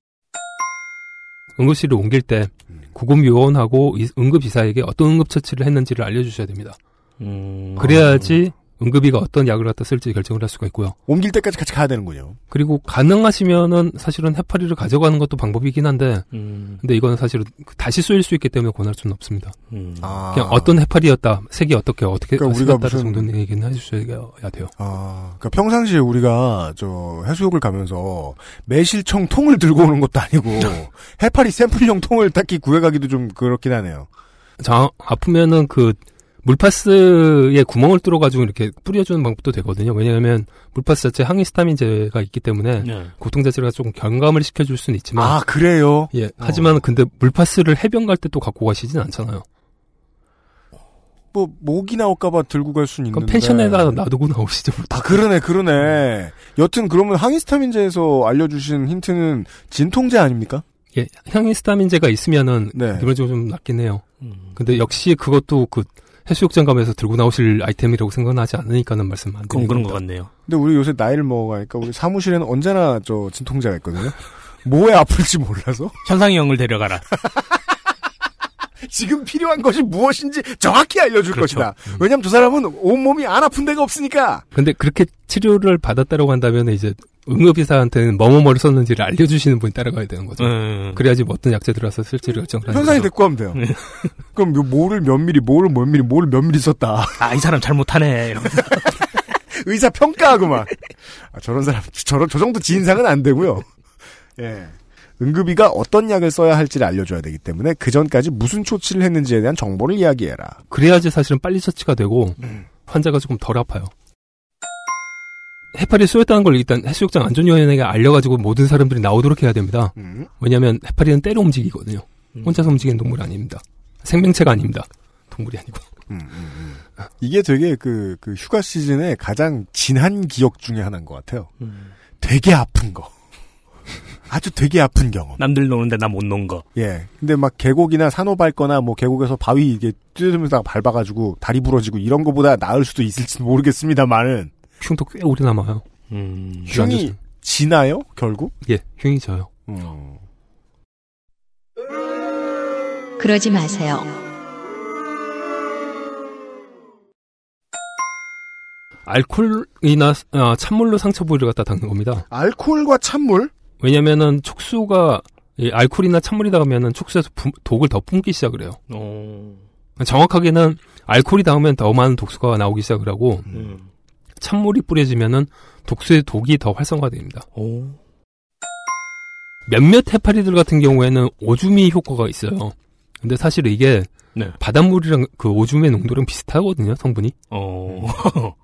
응급실을 옮길 때 구급 요원하고 이- 응급 의사에게 어떤 응급 처치를 했는지를 알려주셔야 됩니다.
음.
아.
그래야지 응급의가 어떤 약을 갖다 쓸지 결정을 할 수가 있고요.
옮길 때까지 같이 가야 되는군요.
그리고 가능하시면은 사실은 해파리를 가져가는 것도 방법이긴 한데,
음.
근데 이건 사실은 그 다시 쏘일 수 있기 때문에 권할 수는 없습니다.
음.
아.
그냥 어떤 해파리였다, 색이 어떻게 어떻게
그러니까 우리가
색깔 따라
무슨-
정도는 얘기는 해주셔야 돼요.
아, 그러니까 평상시에 우리가 저 해수욕을 가면서 매실청 통을 들고 오는 것도 아니고 해파리 샘플용 통을 딱히 구해가기도 좀 그렇긴 하네요.
자, 아프면은 그 물파스에 구멍을 뚫어가지고 이렇게 뿌려주는 방법도 되거든요. 왜냐하면 물파스 자체 항히스타민제가 있기 때문에
네.
고통 자체가 조금 경감을 시켜줄 수는 있지만
아, 그래요?
예. 하지만 근데 물파스를 해변 갈 때 또 갖고 가시진 않잖아요.
뭐 목이 나올까봐 들고 갈 수는
그럼
있는데.
펜션에다 놔두고 나오시죠.
아 그러네 그러네. 여튼 그러면 항히스타민제에서 알려주신 힌트는 진통제 아닙니까?
예, 향히스타민제가 있으면은
네.
기본적으로 좀 낫긴 해요.
음.
근데 역시 그것도 그 해수욕장 가면서 들고 나오실 아이템이라고 생각하지 않으니까는 말씀 안 드리는
그럼 그런 것
겁니다.
같네요.
근데 우리 요새 나이를 먹어가니까 우리 사무실에는 언제나 저 진통제가 있거든요. 뭐에 아플지 몰라서
현상이 형을 데려가라.
지금 필요한 것이 무엇인지 정확히 알려줄
그렇죠.
것이다. 왜냐면 저 사람은 온몸이 안 아픈 데가 없으니까.
근데 그렇게 치료를 받았다고 한다면 이제 응급의사한테는 뭐뭐뭐를 썼는지를 알려주시는 분이 따라가야 되는
음.
거죠. 그래야지 뭐 어떤 약제 들어서 쓸지를 결정을
네,
하는
현상이
그렇죠.
거죠.
데리고 하면 돼요. 그럼 요 뭐를 몇 미리, 뭐를 몇 미리, 뭐를 몇 미리 썼다.
아, 이 사람 잘못하네. 이러면서.
의사 평가하고만. 아, 저런 사람, 저런, 저 정도 지인상은 안 되고요. 예. 응급의가 어떤 약을 써야 할지를 알려줘야 되기 때문에 그 전까지 무슨 조치를 했는지에 대한 정보를 이야기해라.
그래야지 사실은 빨리 처치가 되고 환자가 조금 덜 아파요. 해파리 쏘였다는 걸 일단 해수욕장 안전요원에게 알려가지고 모든 사람들이 나오도록 해야 됩니다.
음.
왜냐하면 해파리는 때로 움직이거든요. 혼자서 움직이는 동물 아닙니다. 생명체가 아닙니다. 동물이 아니고.
이게 되게 그, 그 휴가 시즌에 가장 진한 기억 중에 하나인 것 같아요.
음.
되게 아픈 거. 아주 되게 아픈 경험.
남들 노는데 나 못 논 거.
예. 근데 막 계곡이나 산호 밟거나 뭐 계곡에서 바위 이게 뛰어들면서 밟아가지고 다리 부러지고 이런 거보다 나을 수도 있을지 모르겠습니다만은.
흉도 꽤 오래 남아요.
음.
흉이 지나요? 결국?
예, 흉이 져요.
그러지 마세요.
알코올이나 아, 찬물로 상처 부위를 갖다 닦는 겁니다.
알코올과 찬물?
왜냐면은 촉수가 이 알코올이나 찬물이 닿으면은 촉수에서 부, 독을 더 뿜기 시작을 해요.
음. 어.
오. 정확하게는 알코올이 닿으면 더 많은 독수가 나오기 시작을 하고 음. 찬물이 뿌려지면은 독수의 독이 더 활성화됩니다. 오. 몇몇 해파리들 같은 경우에는 오줌이 효과가 있어요. 근데 사실 이게 네. 바닷물이랑 그 오줌의 농도랑 비슷하거든요, 성분이.
음.
어.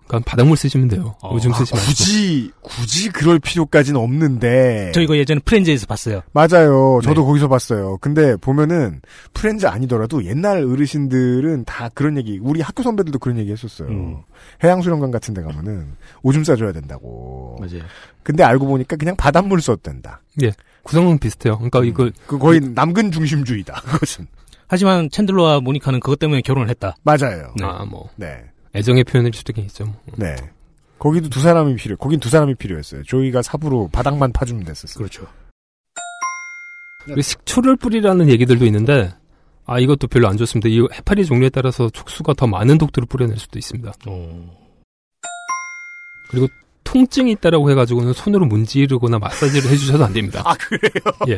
그러니까 바닷물 쓰시면 돼요. 어. 오줌 쓰시면
아, 굳이 굳이 그럴 필요까지는 없는데.
저 이거 예전에 프렌즈에서 봤어요.
맞아요. 저도 네. 거기서 봤어요. 근데 보면은 프렌즈 아니더라도 옛날 어르신들은 다 그런 얘기. 우리 학교 선배들도 그런 얘기 했었어요. 음. 해양 수련관 같은 데 가면은 오줌 싸줘야 된다고.
맞아요.
근데 알고 보니까 그냥 바닷물 썼댄다.
예. 구성은 비슷해요. 그러니까 음. 이거
그 거의 남근 중심주의다. 그것은.
하지만 챈들러와 모니카는 그것 때문에 결혼을 했다.
맞아요.
네. 아, 뭐.
네.
애정의 표현일 수도 있겠죠. 뭐.
네. 거기도 두 사람이 필요, 거긴 두 사람이 필요했어요. 조이가 삽으로 바닥만 파주면 됐었어요.
그렇죠.
네.
그 식초를 뿌리라는 얘기들도 있는데, 아, 이것도 별로 안 좋습니다. 이 해파리 종류에 따라서 촉수가 더 많은 독들을 뿌려낼 수도 있습니다. 오.
어.
그리고 통증이 있다라고 해가지고는 손으로 문지르거나 마사지를 해주셔도 안 됩니다.
아 그래요?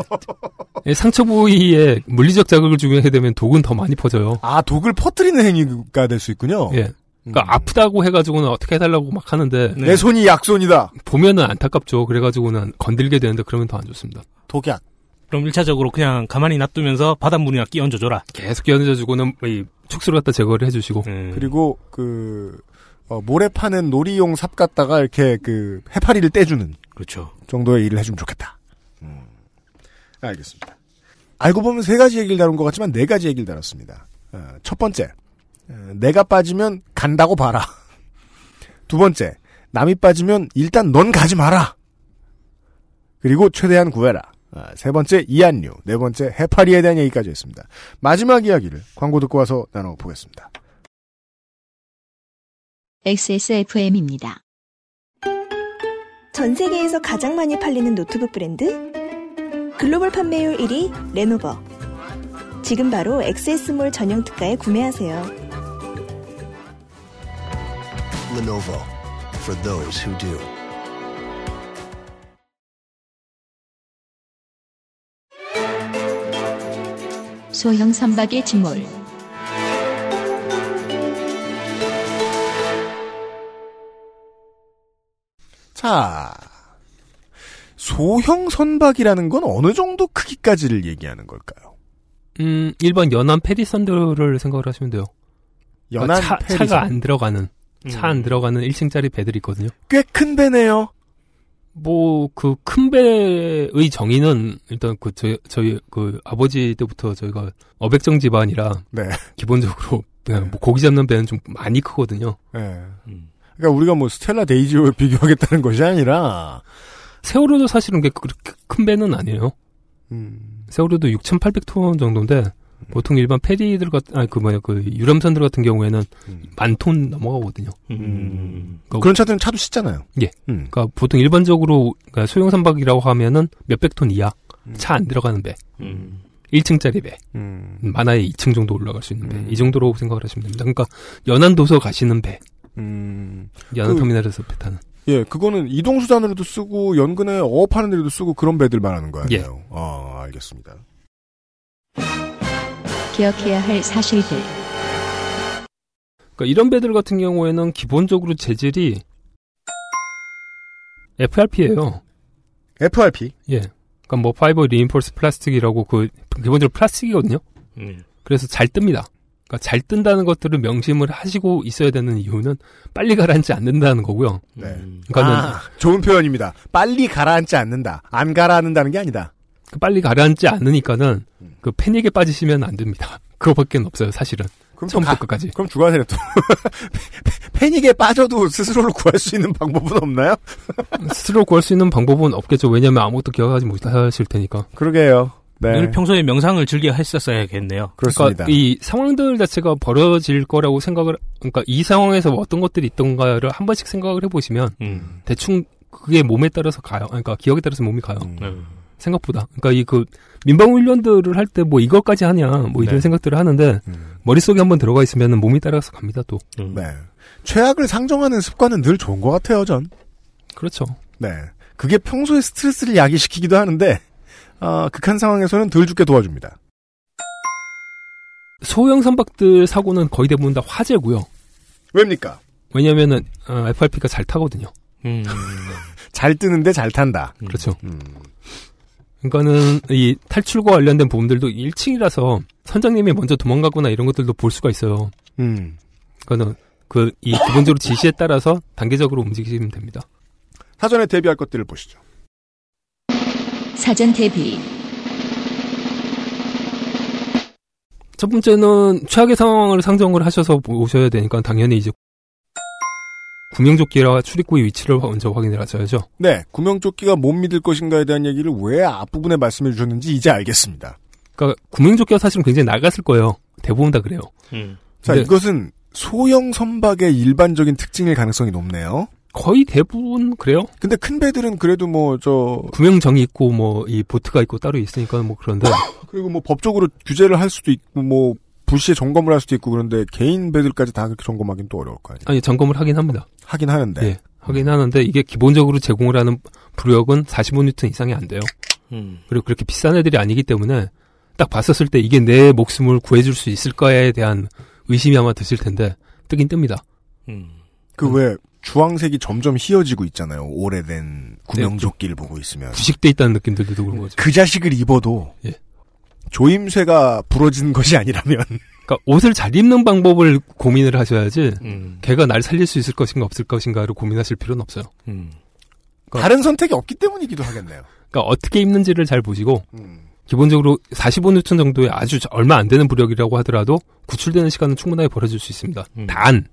예. 상처 부위에 물리적 자극을 주게 되면 독은 더 많이 퍼져요.
아 독을 퍼뜨리는 행위가 될 수 있군요.
예. 그러니까 음. 아프다고 해가지고는 어떻게 해달라고 막 하는데
네. 내 손이 약손이다.
보면은 안타깝죠. 그래가지고는 건들게 되는데 그러면 더 안 좋습니다.
독약.
그럼 1차적으로 그냥 가만히 놔두면서 바닷물이나 끼얹어줘라.
계속 끼얹어주고는 이 축수를 갖다 제거를 해주시고.
음. 그리고 그 어, 모래 파는 놀이용 삽 갖다가 이렇게 그 해파리를 떼주는
그렇죠.
정도의 일을 해주면 좋겠다. 음. 알겠습니다. 알고 보면 세 가지 얘기를 다룬 것 같지만 네 가지 얘기를 다뤘습니다. 어, 첫 번째, 어, 내가 빠지면 간다고 봐라. 두 번째, 남이 빠지면 일단 넌 가지 마라. 그리고 최대한 구해라. 어, 세 번째 이안류, 네 번째 해파리에 대한 얘기까지 했습니다. 마지막 이야기를 광고 듣고 와서 나눠보겠습니다.
XSFM입니다.
전 세계에서 가장 많이 팔리는 노트북 브랜드? 글로벌 판매율 1위 레노버. 지금 바로 XS몰 전용 특가에 구매하세요.
Lenovo for those who do.
소형 선박의 침몰.
자, 소형 선박이라는 건 어느 정도 크기까지를 얘기하는 걸까요?
음, 일반 연안 페리선들을 생각을 하시면 돼요.
연안
그러니까 차, 차가 안 들어가는, 음. 차안 들어가는 1층짜리 배들이 있거든요.
꽤 큰 배네요.
뭐, 그 큰 배의 정의는 일단 그, 저희, 저희, 그 아버지 때부터 저희가 어백정 집안이라. 네. 기본적으로 그냥 뭐 고기 잡는 배는 좀 많이 크거든요.
네. 음. 그러니까 우리가 뭐 스텔라 데이지와 비교하겠다는 것이 아니라
세월호도 사실은 그렇게 큰 배는 아니에요. 음. 세월호도 6,800톤 정도인데 음. 보통 일반 페리들 같은 아니 그 뭐냐 그 유람선들 같은 경우에는 음. 만톤 넘어가거든요.
그러니까 그런 차들은 차도 싣잖아요.
음.
음.
예. 그러니까 보통 일반적으로 그러니까 소형 선박이라고 하면은 몇백 톤 이하 음. 차 안 들어가는 배. 1층짜리 배.
음.
만화에 2층 정도 올라갈 수 있는 배. 이 정도로 생각을 하시면 됩니다. 그러니까 연안도서 가시는 배. 음. 연안터미널에서 그, 배 타는.
예, 그거는 이동수단으로도 쓰고, 연근에 어업하는 데도 쓰고, 그런 배들 말하는 거 아니에요? 예. 아, 알겠습니다.
기억해야 할 사실들.
그러니까 이런 배들 같은 경우에는 기본적으로 재질이 FRP예요.
FRP?
예. 그러니까 뭐 파이버 리인폴스 플라스틱이라고 그 기본적으로 플라스틱이거든요. 음. 그래서 잘 뜹니다. 그러니까 잘 뜬다는 것들을 명심을 하시고 있어야 되는 이유는 빨리 가라앉지 않는다는 거고요.
네. 그러니까는 아, 좋은 표현입니다. 빨리 가라앉지 않는다. 안 가라앉는다는 게 아니다.
그 빨리 가라앉지 않으니까는
음.
그 패닉에 빠지시면 안 됩니다. 그거밖에 없어요, 사실은. 그럼
아.
처음부터 끝까지.
그럼 주가세요 또. 패닉에 빠져도 스스로를 구할 수 있는 방법은 없나요?
스스로 구할 수 있는 방법은 없겠죠. 왜냐하면 아무것도 기억하지 못하실 테니까.
그러게요.
네. 평소에 명상을 즐겨 했었어야겠네요.
그렇습니다.
그러니까 이 상황들 자체가 벌어질 거라고 생각을 그러니까 이 상황에서 어떤 것들이 있던가를 한 번씩 생각을 해보시면 음. 대충 그게 몸에 따라서 가요. 그러니까 기억에 따라서 몸이 가요. 음. 생각보다. 그러니까 이 그 민방 훈련들을 할 때 뭐 이것까지 하냐 뭐
네.
이런
음.
생각들을 하는데 머릿속에 한번 들어가 있으면 몸이 따라서 갑니다 또.
네. 최악을 상정하는 습관은 늘 좋은 것 같아요, 전.
그렇죠.
네. 그게 평소에 스트레스를 야기시키기도 하는데, 아, 극한 상황에서는 덜 죽게 도와줍니다.
소형 선박들 사고는 거의 대부분 다 화재고요.
왜입니까?
왜냐면은 어, FRP가 잘 타거든요.
음.
잘 뜨는데 잘 탄다.
그렇죠. 그러니까는 이 탈출과 관련된 부분들도 1층이라서 선장님이 먼저 도망가거나 이런 것들도 볼 수가 있어요.
음.
그거는 그 이 기본적으로 지시에 따라서 단계적으로 움직이시면 됩니다.
사전에 대비할 것들을 보시죠.
사전 대비.
첫 번째는 최악의 상황을 상정을 하셔서 오셔야 되니까 당연히 이제 구명조끼와 출입구의 위치를 먼저 확인을 하셔야죠.
네, 구명조끼가 못 믿을 것인가에 대한 얘기를 왜 앞부분에 말씀해 주셨는지 이제 알겠습니다.
그러니까 구명조끼가 사실은 굉장히 나갔을 거예요. 대부분 다 그래요.
자,
근데-
이것은 소형 선박의 일반적인 특징일 가능성이 높네요.
거의 대부분 그래요.
근데 큰 배들은 그래도 뭐 저
구명정이 있고 뭐 이 보트가 있고 따로 있으니까 뭐 그런데
그리고 뭐 법적으로 규제를 할 수도 있고 뭐 불시에 점검을 할 수도 있고 그런데 개인 배들까지 다 그렇게 점검하기는 또 어려울 거 아니에요.
아니 점검을 하긴 합니다.
하긴 하는데.
예, 하긴 하는데 이게 기본적으로 제공을 하는 부력은 45뉴턴 이상이 안 돼요.
음.
그리고 그렇게 비싼 애들이 아니기 때문에 딱 봤었을 때 이게 내 목숨을 구해줄 수 있을까에 대한 의심이 아마 드실 텐데 뜨긴 뜹니다.
그 왜 주황색이 점점 희어지고 있잖아요. 오래된 네, 그 구명조끼를 보고 있으면.
부식돼 있다는 느낌들도 그런 거죠.
그 자식을 입어도
예.
조임쇠가 부러진 것이 아니라면
그러니까 옷을 잘 입는 방법을 고민을 하셔야지
음.
걔가 날 살릴 수 있을 것인가 없을 것인가를 고민하실 필요는 없어요.
다른 선택이 없기 때문이기도 하겠네요.
그러니까 어떻게 입는지를 잘 보시고
음.
기본적으로 45뉴턴 정도의 아주 저- 얼마 안 되는 부력이라고 하더라도 구출되는 시간은 충분하게 벌어질 수 있습니다.
음.
단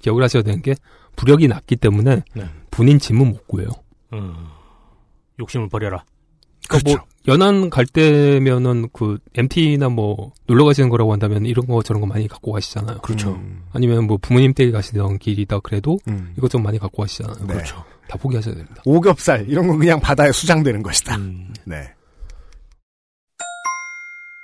기억을 하셔야 되는 게 부력이 낮기 때문에
네.
본인 짐은 못 구해요.
음. 욕심을 버려라.
그러니까
그렇죠.
뭐 연안 갈 때면은 그 MT나 뭐 놀러 가시는 거라고 한다면 이런 거 저런 거 많이 갖고 가시잖아요.
그렇죠.
아니면 뭐 부모님 댁에 가시던 길이다 그래도
음.
이것 좀 많이 갖고 가시잖아요.
네. 그렇죠.
다 포기하셔야 됩니다.
오겹살 이런 건 그냥 바다에 수장되는 것이다.
음.
네.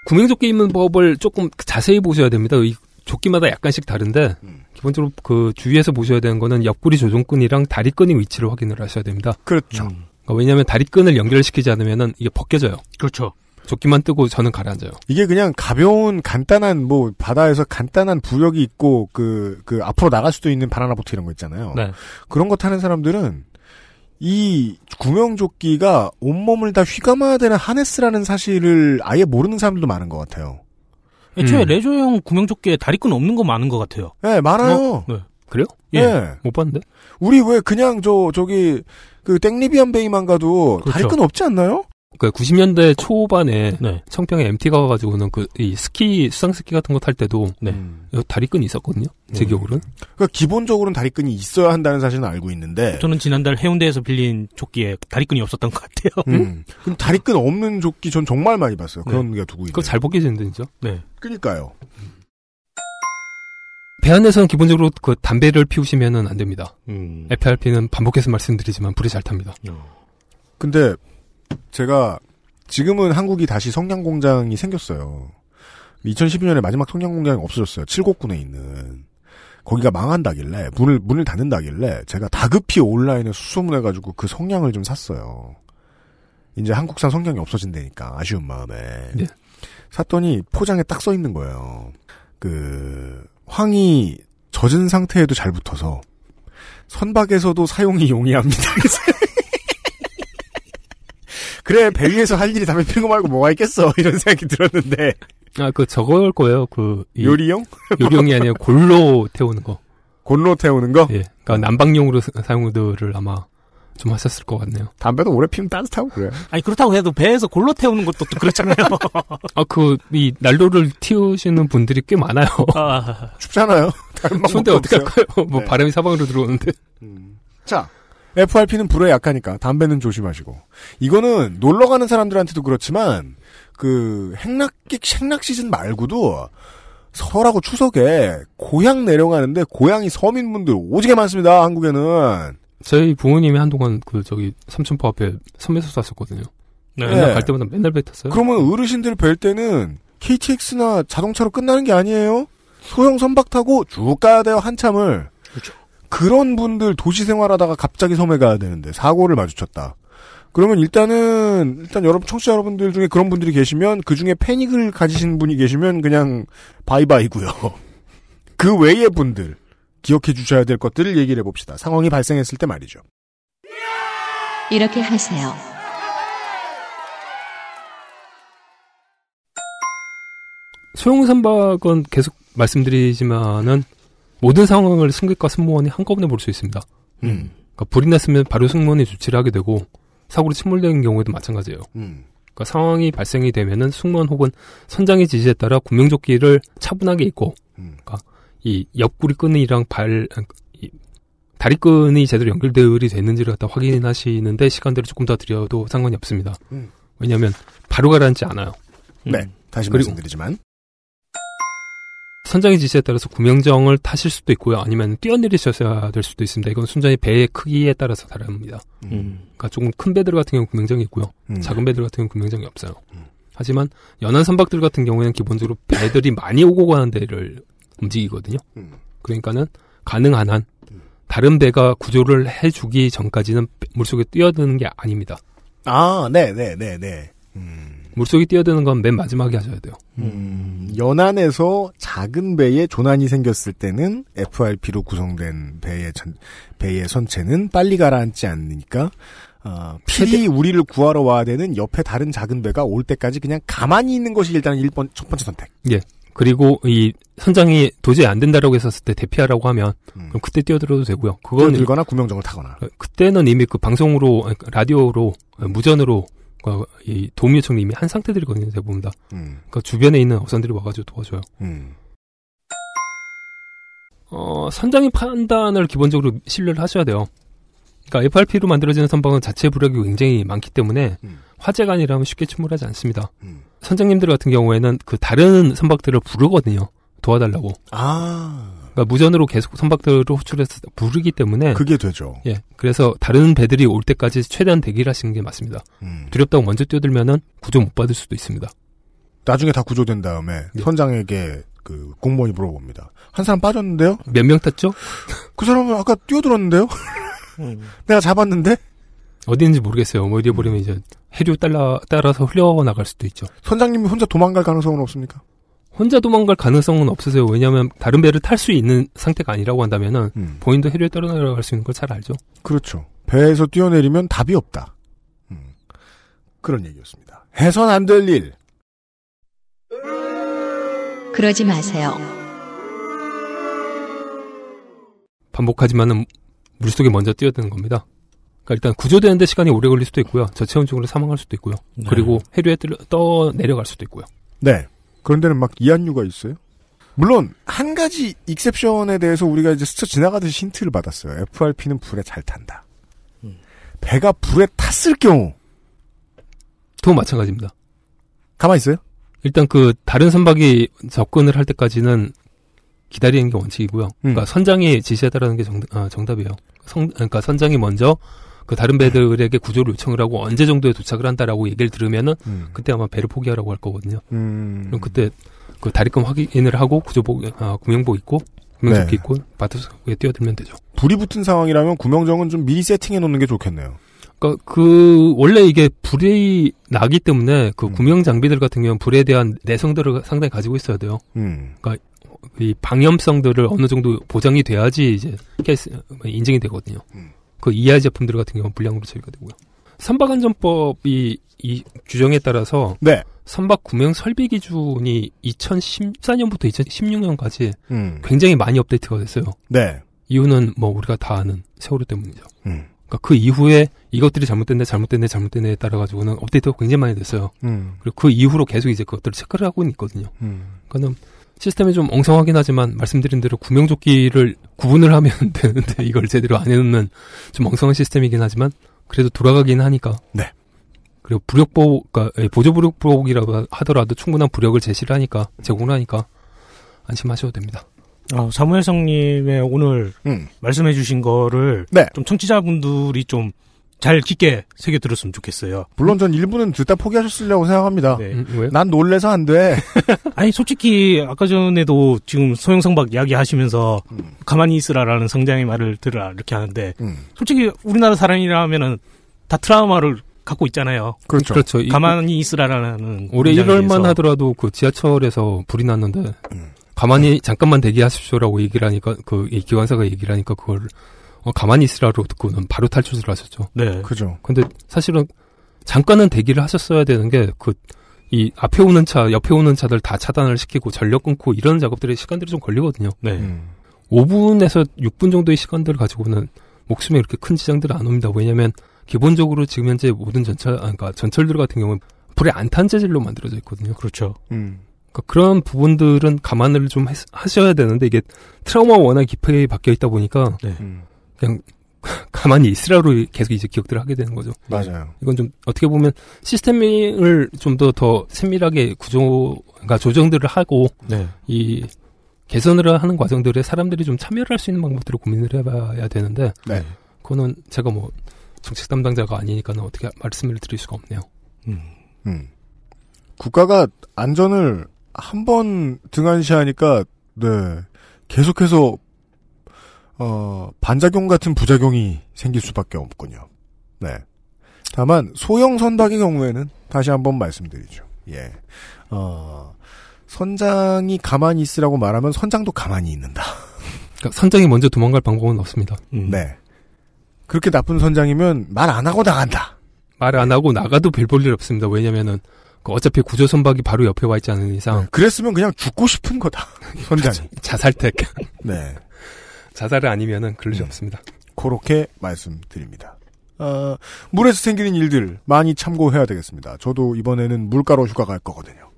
구명조끼 입는 법을 조금 자세히 보셔야 됩니다. 이 조끼마다 약간씩 다른데
음.
기본적으로 그 주위에서 보셔야 되는 거는 옆구리 조종끈이랑 다리끈의 위치를 확인을 하셔야 됩니다. 그러니까
그렇죠.
왜냐하면 다리끈을 연결시키지 않으면은 이게 벗겨져요.
그렇죠.
조끼만 뜨고 저는 가라앉아요.
이게 그냥 가벼운 간단한 뭐 바다에서 간단한 부력이 있고 그 그 앞으로 나갈 수도 있는 바나나 보트 이런 거 있잖아요.
네.
그런 거 타는 사람들은 이 구명조끼가 온몸을 다 휘감아야 되는 하네스라는 사실을 아예 모르는 사람들도 많은 것 같아요.
애초에
음.
레저용 구명조끼에 다리끈 없는 거 많은 것 같아요.
네, 많아요.
어? 네.
그래요?
예.
못 봤는데.
우리 왜 그냥 저 저기 그 땡리비안 베이만 가도
그렇죠.
다리끈 없지 않나요?
그 90년대 초반에
네.
청평에 MT가 와가지고는 그 이 스키 수상 스키 같은 거 탈 때도
네.
음.
요 다리끈이 있었거든요. 제 기억으로는.
그러니까 기본적으로는 다리끈이 있어야 한다는 사실은 알고 있는데
저는 지난달 해운대에서 빌린 조끼에 다리끈이 없었던 것 같아요.
음. 그럼 다리끈 없는 조끼 전 정말 많이 봤어요. 그런 게 두고 있네요.
그거 잘 벗겨지는데 진짜.
네.
그니까요.
배 안에서는 기본적으로 그 담배를 피우시면은 안 됩니다.
음.
FRP는 반복해서 말씀드리지만 불이 잘 탑니다.
근데 제가 지금은 한국이 다시 성냥 공장이 생겼어요. 2012년에 마지막 성냥 공장이 없어졌어요. 칠곡군에 있는 거기가 망한다길래 문을 문을 닫는다길래 제가 다급히 온라인에 수소문해가지고 그 성냥을 좀 샀어요. 이제 한국산 성냥이 없어진다니까 아쉬운 마음에 샀더니 포장에 딱 써 있는 거예요. 그 황이 젖은 상태에도 잘 붙어서 선박에서도 사용이 용이합니다. 그래 배 위에서 할 일이 담배 피는 거 말고 뭐가 있겠어 이런 생각이 들었는데
아, 그 저걸 거예요. 그 이-
예. 요리용?
요리용이 아니라 골로 태우는 거.
골로 태우는 거?
예. 그러니까 난방용으로 사- 사용들을 아마 좀 하셨을 것 같네요.
담배도 오래 피면 따뜻하고 그래.
아니 그렇다고 해도 배에서 골로 태우는 것도 또 그렇잖아요.
아, 그 이 난로를 튀우시는 분들이 꽤 많아요.
아.
춥잖아요. 다른 방법도
추운데 어떻게
없어요.
할까요? 뭐
네.
바람이 사방으로 들어오는데.
자 FRP는 불에 약하니까 담배는 조심하시고 이거는 놀러 가는 사람들한테도 그렇지만 그 행락기 행락 시즌 말고도 설하고 추석에 고향 내려가는데 고향이 서민분들 오지게 많습니다 한국에는
저희 부모님이 한동안 그 저기 삼천포 앞에 섬에서 쐈었거든요. 네, 맨날 갈 때마다 맨날 뱉었어요.
그러면 어르신들 뵐 때는 KTX나 자동차로 끝나는 게 아니에요. 소형 선박 타고 쭉 가야 돼요 한참을.
그렇죠.
그런 분들 도시 생활하다가 갑자기 섬에 가야 되는데 사고를 마주쳤다. 그러면 일단은 일단 여러분 청취자 여러분들 중에 그런 분들이 계시면 그 중에 패닉을 가지신 분이 계시면 그냥 바이바이고요. 그 외의 분들 기억해 주셔야 될 것들을 얘기를 해봅시다. 상황이 발생했을 때 말이죠.
이렇게 하세요.
소형 선박은 계속 말씀드리지만은 모든 상황을 승객과 승무원이 한꺼번에 볼 수 있습니다.
음.
그러니까 불이 났으면 바로 승무원이 조치를 하게 되고 사고로 침몰된 경우에도 마찬가지예요.
음.
그러니까 상황이 발생이 되면은 승무원 혹은 선장의 지시에 따라 구명조끼를 차분하게 입고 그러니까 이 옆구리 끈이랑 발 이 다리끈이 제대로 연결되어 있는지를 갖다 확인하시는데 시간대를 조금 더 드려도 상관이 없습니다.
음.
왜냐하면 바로 가라앉지 않아요.
네, 다시
그리고
말씀드리지만
선장의 지시에 따라서 구명정을 타실 수도 있고요. 아니면 뛰어내리셔야 될 수도 있습니다. 이건 순전히 배의 크기에 따라서 다릅니다. 그러니까 조금 큰 배들 같은 경우 는 구명정이 있고요.
음.
작은 배들 같은 경우 는 구명정이 없어요. 하지만 연안 선박들 같은 경우에는 기본적으로 배들이 많이 오고 가는 데를 움직이거든요. 그러니까는 가능한 한 다른 배가 구조를 해주기 전까지는 물속에 뛰어드는 게 아닙니다.
아, 네, 네, 네, 네.
물속에 뛰어드는 건 맨 마지막에 하셔야 돼요.
연안에서 작은 배에 조난이 생겼을 때는 FRP로 구성된 배의 전- 배의 선체는 빨리 가라앉지 않으니까 아, 필히
그
우리를 구하러 와야 되는 옆에 다른 작은 배가 올 때까지 그냥 가만히 있는 것이 일단 일번첫 번째 선택.
예. 그리고 이 선장이 도저히 안 된다라고 했었을 때 대피하라고 하면 그럼 그때 뛰어들어도 되고요. 그건
음. 뛰어들거나 구명정을 타거나.
그때는 이미 그 방송으로 아니, 그 라디오로 어, 무전으로 어, 이 도움 요청이 이미 한 상태들이거든요 대부분 다.
음.
그러니까 주변에 있는 어선들이 와가지고 도와줘요.
음.
어, 선장의 판단을 기본적으로 신뢰를 하셔야 돼요. 그러니까 FRP로 만들어지는 선박은 자체 부력이 굉장히 많기 때문에
음.
화재가 아니라면 쉽게 침몰하지 않습니다. 선장님들 같은 경우에는 그 다른 선박들을 부르거든요. 도와달라고.
아.
그러니까 무전으로 계속 선박들을 호출해서 부르기 때문에
네. 그게 되죠.
예. 그래서 다른 배들이 올 때까지 최대한 대기를 하시는 게 맞습니다.
음.
두렵다고 먼저 뛰어들면은 구조 못 받을 수도 있습니다.
나중에 다 구조된 다음에
네.
선장에게 그 공무원이 물어봅니다. 한 사람 빠졌는데요?
몇 명 탔죠?
그 사람은 아까 뛰어들었는데요?
음.
내가 잡았는데?
어디인지 모르겠어요. 뭐 어디에 버리면 이제 해류 따라, 따라서 흘려나갈 수도 있죠.
선장님이 혼자 도망갈 가능성은 없습니까?
혼자 도망갈 가능성은 없으세요. 왜냐하면 다른 배를 탈 수 있는 상태가 아니라고 한다면은
음.
본인도 해류에 떨어나갈 수 있는 걸 잘 알죠.
그렇죠. 배에서 뛰어내리면 답이 없다. 음, 그런 얘기였습니다. 해선 안 될 일.
그러지 마세요.
반복하지만은 물속에 먼저 뛰어드는 겁니다. 그러니까 일단 구조되는데 시간이 오래 걸릴 수도 있고요. 저체온증으로 사망할 수도 있고요. 그리고 해류에 뜨려- 떠 내려갈 수도 있고요.
네. 그런데는 막 이한류가 있어요. 물론 한 가지 익셉션에 대해서 우리가 이제 스쳐 지나가듯이 힌트를 받았어요. FRP는 불에 잘 탄다.
음.
배가 불에 탔을 경우
또 마찬가지입니다.
가만 있어요?
일단 그 다른 선박이 접근을 할 때까지는 기다리는 게 원칙이고요. 그러니까 선장이 지시하다라는 게 정, 답이에요 그러니까 선장이 먼저 그 다른 배들에게 구조를 요청을 하고 언제 정도에 도착을 한다라고 얘기를 들으면은 그때 아마 배를 포기하라고 할 거거든요.
음.
음. 그럼 그때 그 다리끈 확인을 하고 구조복, 아, 구명복 입고 구명조끼
네.
입고 바트 속에 뛰어들면 되죠.
불이 붙은 상황이라면 구명정은 좀 미리 세팅해 놓는 게 좋겠네요.
그러니까 그 원래 이게 불이 나기 때문에
음.
그 구명 장비들 같은 경우는 불에 대한 내성들을 상당히 가지고 있어야 돼요.
음.
그러니까 이 방염성들을 어느 정도 보장이 돼야지 이제 케이스 인증이 되거든요.
음.
그 이하 제품들 같은 경우는 불량으로 처리가 되고요. 선박 안전법이 이 규정에 따라서
네.
선박 구명 설비 기준이 2014년부터 2016년까지
음.
굉장히 많이 업데이트가 됐어요.
네.
이유는 뭐 우리가 다 아는 세월호 때문이죠.
음.
그러니까 그 이후에 이것들이 잘못됐네, 잘못됐네, 잘못됐네에 따라 가지고는 업데이트가 굉장히 많이 됐어요.
음.
그리고 그 이후로 계속 이제 그것들을 체크를 하고 있거든요.
음.
그러니까는 시스템이 좀 엉성하긴 하지만 말씀드린 대로 구명조끼를 구분을 하면 되는데 이걸 제대로 안 해놓는 좀 엉성한 시스템이긴 하지만 그래도 돌아가긴 하니까.
네.
그리고 부력복, 그러니까 예, 보조 부력복이라고 하더라도 충분한 부력을 제시를 하니까 제공을 하니까 안심하셔도 됩니다.
어, 사무엘성님의 오늘 말씀해주신 거를 좀 청취자분들이 좀 잘 깊게 새겨 들었으면 좋겠어요. 네.
물론 전 일부는 듣다 포기하셨으려고 생각합니다.
네. 음.
왜?
난 놀래서 안 돼.
아니 솔직히 아까 전에도 지금 소영성박 이야기하시면서
음.
가만히 있으라라는 성장의 말을 들으라 이렇게 하는데 솔직히 우리나라 사람이라면은 다 트라우마를 갖고 있잖아요.
그렇죠. 그렇죠. 이-
가만히 있으라라는
올해
문장에
1월만
대해서. 음.
하더라도 그 지하철에서 불이 났는데 가만히 잠깐만 대기하십시오라고 얘기를 하니까 그 이 기관사가 얘기를 하니까 그걸 어, 가만히 있으라고 듣고는 바로 탈출을 하셨죠.
네.
그죠.
근데 사실은 잠깐은 대기를 하셨어야 되는 게 그 이 앞에 오는 차, 옆에 오는 차들 다 차단을 시키고 전력 끊고 이런 작업들의 시간들이 좀 걸리거든요.
네.
음.
5분에서 6분 정도의 시간들을 가지고는 목숨에 이렇게 큰 지장들은 안 옵니다. 왜냐면 기본적으로 지금 현재 모든 전철, 아, 그러니까 전철들 같은 경우는 불에 안 탄 재질로 만들어져 있거든요.
그렇죠.
음.
그러니까 그런 부분들은 감안을 좀 했- 하셔야 되는데 이게 트라우마 워낙 깊게 박혀 있다 보니까
음.
그냥 가만히 있으라로 계속 이제 기억들을 하게 되는 거죠.
맞아요.
이건 좀 어떻게 보면 시스템을 좀 더 더 세밀하게 구조, 그러니까 조정들을 하고
네.
이 개선을 하는 과정들에 사람들이 좀 참여를 할 수 있는 방법들을 고민을 해봐야 되는데
네.
그거는 제가 뭐 정책 담당자가 아니니까는 어떻게 말씀을 드릴 수가 없네요.
음. 국가가 안전을 한 번 등한시하니까 네 계속해서 어, 반작용 같은 부작용이 생길 수밖에 없군요. 네. 다만 소형 선박의 경우에는 다시 한번 말씀드리죠. 예. 어, 선장이 가만히 있으라고 말하면 선장도 가만히 있는다.
그러니까 선장이 먼저 도망갈 방법은 없습니다.
음.
네. 그렇게 나쁜 선장이면 말 안 하고 나간다.
말 안 하고 나가도 별 볼 일 없습니다. 왜냐면은 그 어차피 구조 선박이 바로 옆에 와 있지 않은 이상
그랬으면 그냥 죽고 싶은 거다. 선장이.
자살택.
네.
자살을 아니면은 그럴 수 없습니다.
그렇게 말씀드립니다. 어, 물에서 생기는 일들 많이 참고해야 되겠습니다. 저도 이번에는 물가로 휴가 갈 거거든요.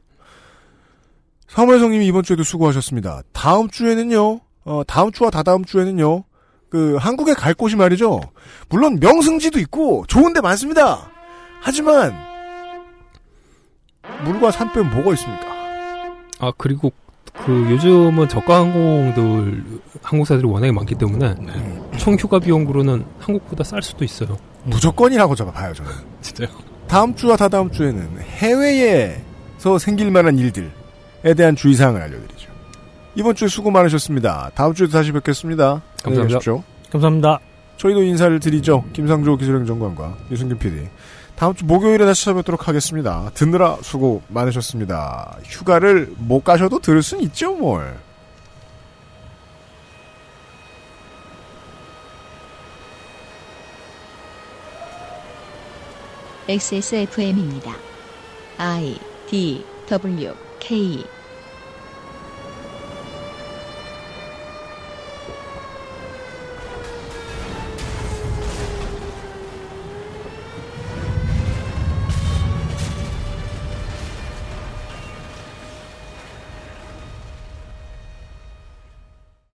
사무회성님이 이번 주에도 수고하셨습니다. 다음 주에는요, 어, 다음 주와 다다음 주에는요, 그, 한국에 갈 곳이 말이죠. 물론 명승지도 있고, 좋은 데 많습니다. 하지만, 물과 산 빼면 뭐가 있습니까?
아 그리고 그 요즘은 저가 항공들 항공사들이 워낙에 많기 때문에 총 휴가 비용으로는 한국보다 쌀 수도 있어요.
무조건이라고 잡아봐요, 저는.
진짜요?
다음 주와 다다음 주에는 해외에서 생길 만한 일들에 대한 주의사항을 알려드리죠. 이번 주에 수고 많으셨습니다. 다음 주에도 다시 뵙겠습니다. 안녕히
감사합니다.
계십시오.
감사합니다.
저희도 인사를 드리죠. 김상조 기술행정관과 유승균 PD. 다음 주 목요일에 다시 찾아뵙도록 하겠습니다. 듣느라 수고 많으셨습니다. 휴가를 못 가셔도 들을 순 있죠, 뭘.
XSFM입니다. I D W K